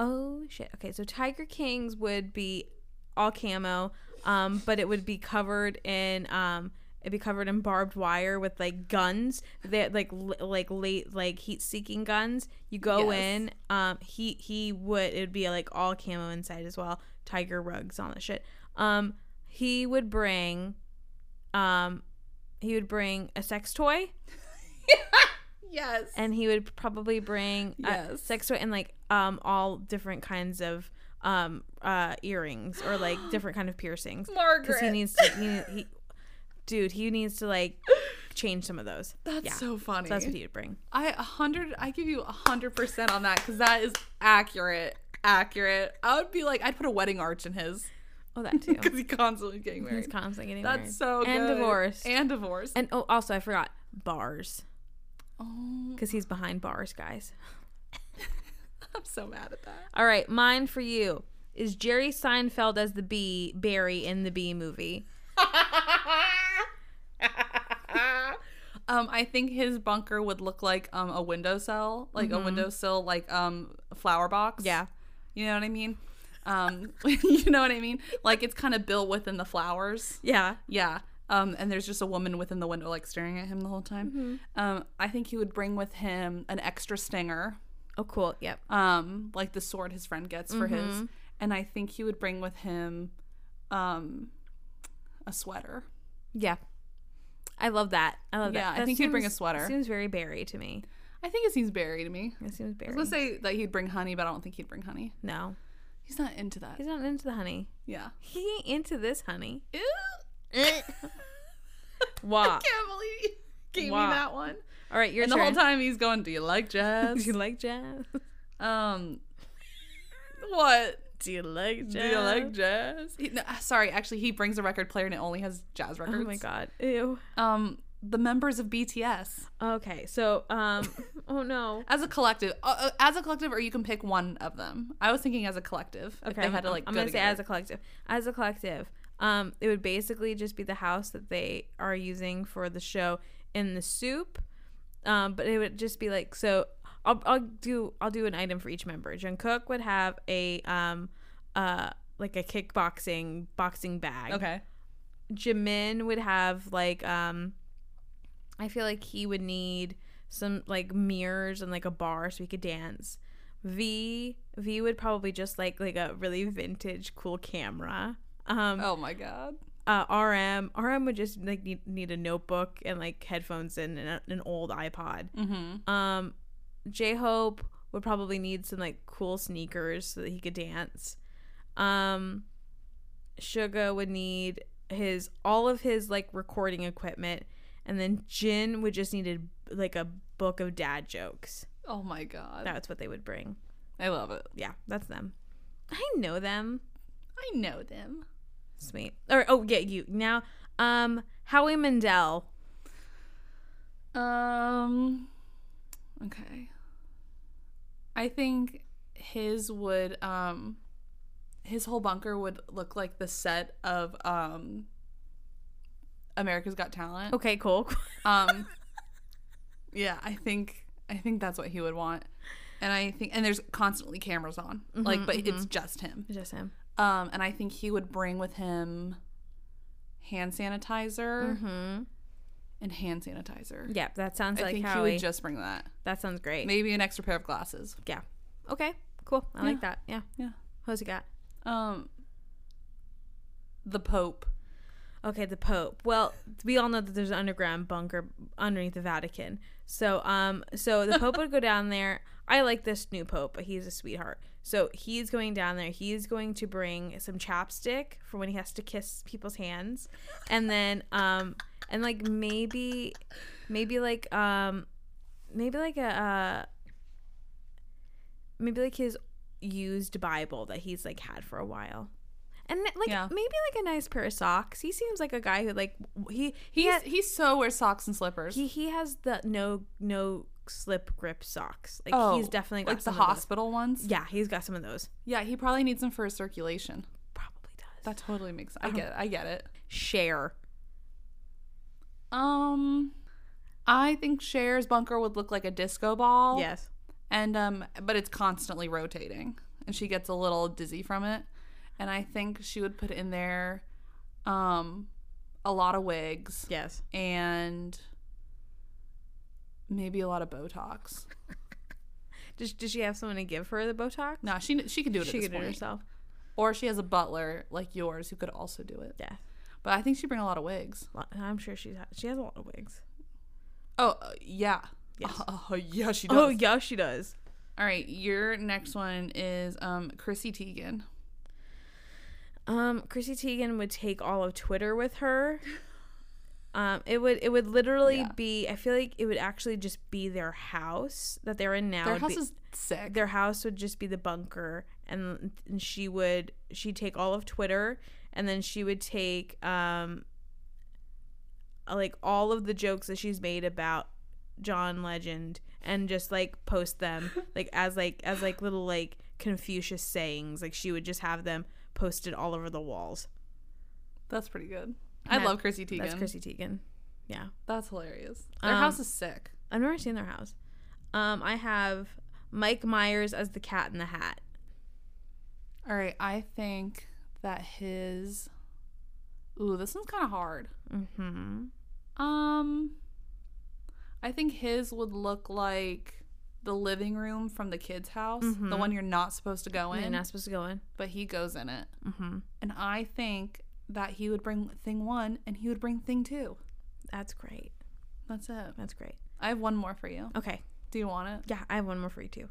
S3: Oh shit. Okay, so Tiger King's would be all camo, um, but it would be covered in um, it'd be covered in barbed wire with like guns that like l- like late like heat seeking guns. You go
S2: Yes.
S3: in, um, he he would it would be like all camo inside as well, tiger rugs all that shit. Um, he would bring, um, he would bring a sex toy
S2: Yes.
S3: and he would probably bring uh,
S2: Yes.
S3: sex toy and like um all different kinds of um uh earrings or like different kind of piercings because
S2: Margaret.
S3: he needs to he, need- he dude he needs to like change some of those
S2: that's
S3: yeah
S2: so funny.
S3: so that's what he would bring
S2: I a hundred. I give you a hundred percent on that because that is accurate. Accurate. I would be like, I'd put a wedding arch in his
S3: oh that too
S2: because he constantly getting
S3: he's
S2: married.
S3: constantly getting married.
S2: That's so good.
S3: and divorce and,
S2: And divorce.
S3: oh also I forgot bars
S2: oh,
S3: because he's behind bars guys
S2: I'm so mad at that.
S3: all right mine for you is Jerry Seinfeld as the bee Barry in the bee movie
S2: Um, I think his bunker would look like um a windowsill, like a windowsill, like um a flower box.
S3: Yeah.
S2: you know what I mean. Um, you know what I mean. Like it's kind of built within the flowers.
S3: yeah
S2: Yeah. Um, and there's just a woman within the window, like staring at him the whole time. Um, I think he would bring with him an extra stinger,
S3: oh cool yep
S2: um, like the sword his friend gets for his. And I think he would bring with him um, a sweater.
S3: Yeah. I love that. I love
S2: Yeah,
S3: that.
S2: I
S3: That
S2: think he'd bring a
S3: seems-
S2: sweater.
S3: Seems very berry to me.
S2: I think it seems berry to me.
S3: It seems berry.
S2: I was gonna say that he'd bring honey, but I don't think he'd bring honey.
S3: no.
S2: He's not into that.
S3: He's not into the honey.
S2: Yeah.
S3: He ain't into this honey.
S2: Ew.
S3: Wah.
S2: Can't believe you gave
S3: Wow.
S2: me that one.
S3: All right, your
S2: And the
S3: turn.
S2: whole time he's going, "Do you like
S3: Do
S2: jazz?
S3: you like jazz?
S2: um, what?
S3: Do you like jazz?
S2: Do you like jazz? He- no, ah, sorry, actually, he brings a record player and it only has jazz records.
S3: Oh my god. Ew.
S2: Um, the members of BTS
S3: Okay, so um oh no.
S2: as a collective, uh, uh, as a collective, or you can pick one of them. I was thinking as a collective. if
S3: Okay.
S2: they had to like.
S3: I'm
S2: go
S3: gonna say as
S2: together.
S3: a collective. As a collective. Um it would basically just be the house that they are using for the show in the soup. Um, but it would just be like so. I'll, I'll do I'll do an item for each member. Jungkook would have a um uh like a kickboxing boxing bag.
S2: okay.
S3: Jimin would have like um I feel like he would need some like mirrors and like a bar so he could dance. V V would probably just like like a really vintage cool camera. Um
S2: Oh my god.
S3: uh, RM RM would just like need, need a notebook and like headphones and an, an old iPod.
S2: Mm-hmm.
S3: Um, J Hope would probably need some like cool sneakers so that he could dance. Um, Suga would need his all of his like recording equipment, and then Jin would just needed like a book of dad jokes.
S2: Oh my god.
S3: That's what they would bring.
S2: I love it.
S3: Yeah, that's them. I know them.
S2: I know them.
S3: Sweet. Or oh yeah, you now. Um, Howie Mandel.
S2: Um okay. I think his would um his whole bunker would look like the set of um America's Got Talent.
S3: Okay, cool.
S2: Um yeah, I think I think that's what he would want. And I think and there's constantly cameras on. like but it's just him.
S3: just him.
S2: Um and I think he would bring with him hand sanitizer
S3: Mm-hmm.
S2: and hand sanitizer.
S3: Yeah, that sounds
S2: I
S3: like
S2: think
S3: Howie.
S2: he would just bring that.
S3: that sounds great.
S2: Maybe an extra pair of glasses.
S3: Yeah. Okay. Cool. I like that. Yeah.
S2: Yeah.
S3: Who's he got?
S2: Um the Pope.
S3: Okay, the Pope. Well, we all know that there's an underground bunker underneath the Vatican. So, um, so the Pope would go down there. I like this new Pope. but He's a sweetheart. So he's going down there. He's going to bring some chapstick for when he has to kiss people's hands, and then, um, and like maybe, maybe like, um, maybe like a, uh, maybe like his used Bible that he's like had for a while. And like
S2: Yeah.
S3: maybe like a nice pair of socks. He seems like a guy who like w- he he
S2: He's
S3: has,
S2: he so wears socks and slippers.
S3: he he has the no no slip grip socks. Like he's definitely got
S2: Oh, like the
S3: some of those.
S2: hospital ones.
S3: Yeah, he's got some of those.
S2: Yeah, he probably needs them for his circulation.
S3: Probably does.
S2: That totally makes
S3: Um.
S2: I get it. I get it.
S3: Share.
S2: Um I think Cher's bunker would look like a disco ball.
S3: Yes.
S2: And um but it's constantly rotating and she gets a little dizzy from it. And I think she would put in there um a lot of wigs
S3: Yes.
S2: and maybe a lot of Botox.
S3: Does does she have someone to give her the Botox?
S2: No, she she could do it
S3: she
S2: at this
S3: could do it
S2: point.
S3: herself.
S2: Or she has a butler like yours who could also do it.
S3: Yeah.
S2: But I think she'd bring a lot of wigs.
S3: Lo- I'm sure she's ha- she has a lot of wigs.
S2: Oh, uh, yeah.
S3: Yes.
S2: Uh, uh, yeah, she does.
S3: Oh yeah, she does.
S2: All right, your next one is um Chrissy Teigen.
S3: Um, Chrissy Teigen would take all of Twitter with her. Um, it would it would literally
S2: Yeah.
S3: be. I feel like it would actually just be their house that they're in now.
S2: Their
S3: would
S2: house
S3: be-
S2: is sick.
S3: their house would just be the bunker, and, and she would she would take all of Twitter, and then she would take um, like all of the jokes that she's made about John Legend, and just like post them like as like as like little like Confucius sayings. Like she would just have them posted all over the walls.
S2: That's pretty good. I
S3: That-
S2: love Chrissy Teigen.
S3: That's
S2: That's,
S3: Chrissy Teigen. Yeah.
S2: hilarious. Their
S3: Um,
S2: house is sick.
S3: I've never seen their house. Um, I have Mike Myers as the cat in the hat.
S2: All right, I think that his Ooh, this one's kind of hard.
S3: Mm-hmm.
S2: Um I think his would look like the living room from the kids' house, the
S3: Mhm.
S2: one you're not supposed to go
S3: You're
S2: in,
S3: not supposed to go in.
S2: but he goes in it.
S3: Mm-hmm.
S2: And I think that he would bring thing 1 and he would bring thing 2.
S3: That's great.
S2: That's it.
S3: That's great.
S2: I have one more for you.
S3: Okay.
S2: Do you want it?
S3: Yeah, I have one more for you too.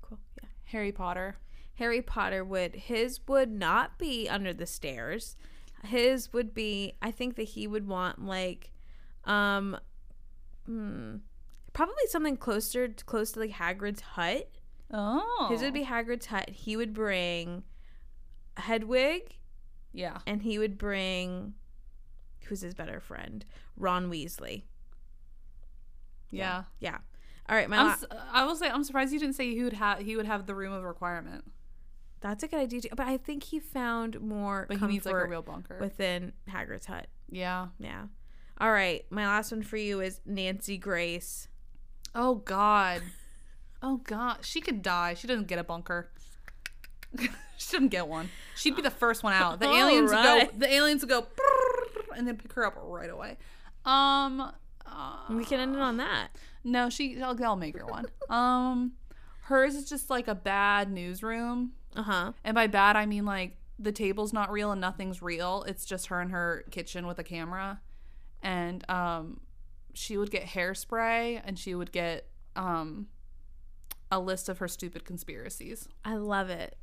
S3: Cool. Yeah.
S2: Harry Potter.
S3: Harry Potter would his would not be under the stairs. His would be I think that he would want like um hmm, probably something closer close to like Hagrid's hut.
S2: Oh.
S3: His would be Hagrid's hut. He would bring Hedwig
S2: Yeah.
S3: and he would bring who's his better friend? Ron Weasley.
S2: Yeah.
S3: Yeah. All right, my
S2: I'm
S3: la-
S2: s- I will say I'm surprised you didn't say he would have he would have the room of requirement,
S3: That's a good idea, too. but I think he found more
S2: but
S3: comfort
S2: he needs like a real bunker.
S3: within Hagrid's hut.
S2: yeah.
S3: Yeah. All right, my last one for you is Nancy Grace.
S2: Oh God. Oh God. She could die. She doesn't get a bunker. she doesn't get one. She'd be the first one out. The
S3: All
S2: aliens would go.
S3: Oh, right.
S2: The aliens would go, "Brrr," and then pick her up right away. Um. uh,
S3: We can end it on that.
S2: No, she. I'll, I'll make her one. Um, hers is just like a bad newsroom,
S3: Uh huh.
S2: and by bad I mean like the table's not real and nothing's real. It's just her in her kitchen with a camera, and um, she would get hairspray and she would get um, a list of her stupid conspiracies.
S3: I love it.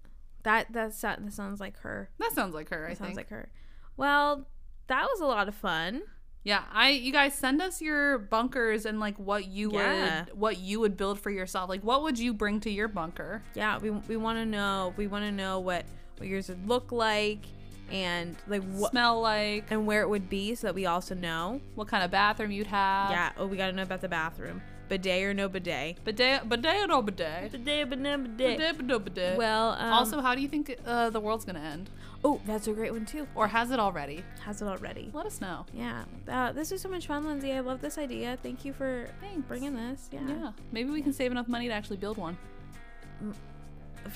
S3: That that sou- that sounds like her.
S2: That sounds like her. I
S3: That sounds
S2: think.
S3: like her. Well, that was a lot of fun.
S2: Yeah, I you guys send us your bunkers and like what you
S3: Yeah.
S2: would what you would build for yourself. Like what would you bring to your bunker?
S3: Yeah, we we want to know. We want to know what what yours would look like, and like what
S2: Smell like
S3: and where it would be, so that we also know.
S2: what kind of bathroom you'd have.
S3: yeah. Oh, we gotta know about the bathroom. Bidet or no bidet?
S2: Bidet bidet or bidet.
S3: Bidet, bidet,
S2: Bidet bidet bidet.
S3: Well, um,
S2: also how do you think uh, the world's gonna end?
S3: oh, that's a great one too.
S2: Or has it already?
S3: Has it already?
S2: Let us know.
S3: Yeah. Uh, this was so much fun, Lindsay. I love this idea. Thank you for
S2: Thanks.
S3: bringing this. Yeah.
S2: Yeah. Maybe we can save enough money to actually build one.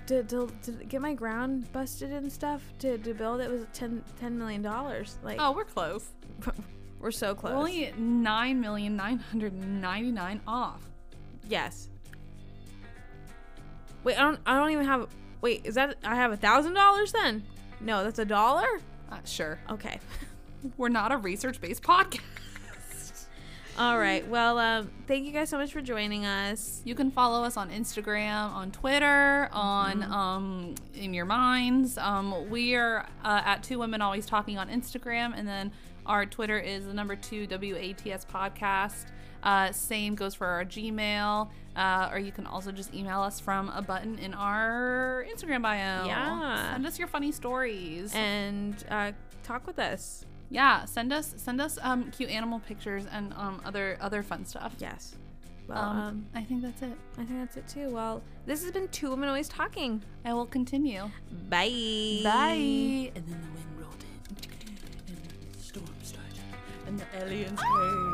S3: To, to, to get my ground busted and stuff to, to build it was 10, $10 million dollars. Like
S2: Oh, we're close.
S3: we're so close.
S2: We're only nine million nine hundred ninety nine off.
S3: Yes. Wait, I don't. I don't even have. Wait, is that I have a thousand dollars then? No, that's a dollar.
S2: Uh, sure.
S3: Okay.
S2: We're not a research based podcast.
S3: All right. Well, um, thank you guys so much for joining us.
S2: You can follow us on Instagram, on Twitter, on
S3: Mm-hmm.
S2: um, in your minds. Um, we are uh, at Two Women Always Talking on Instagram, and then our Twitter is the number two WATS podcast. Uh, same goes for our Gmail, uh, or you can also just email us from a button in our Instagram bio.
S3: Yeah.
S2: send us your funny stories.
S3: And uh, talk with us.
S2: yeah, send us send us um, cute animal pictures and um, other other fun stuff.
S3: Yes. Well,
S2: Um,
S3: um,
S2: I think that's it.
S3: I think that's it too. Well, this has been Two Women Always Talking.
S2: I will continue.
S3: Bye.
S2: And then the wind rolled in, and the storm started, and the aliens came.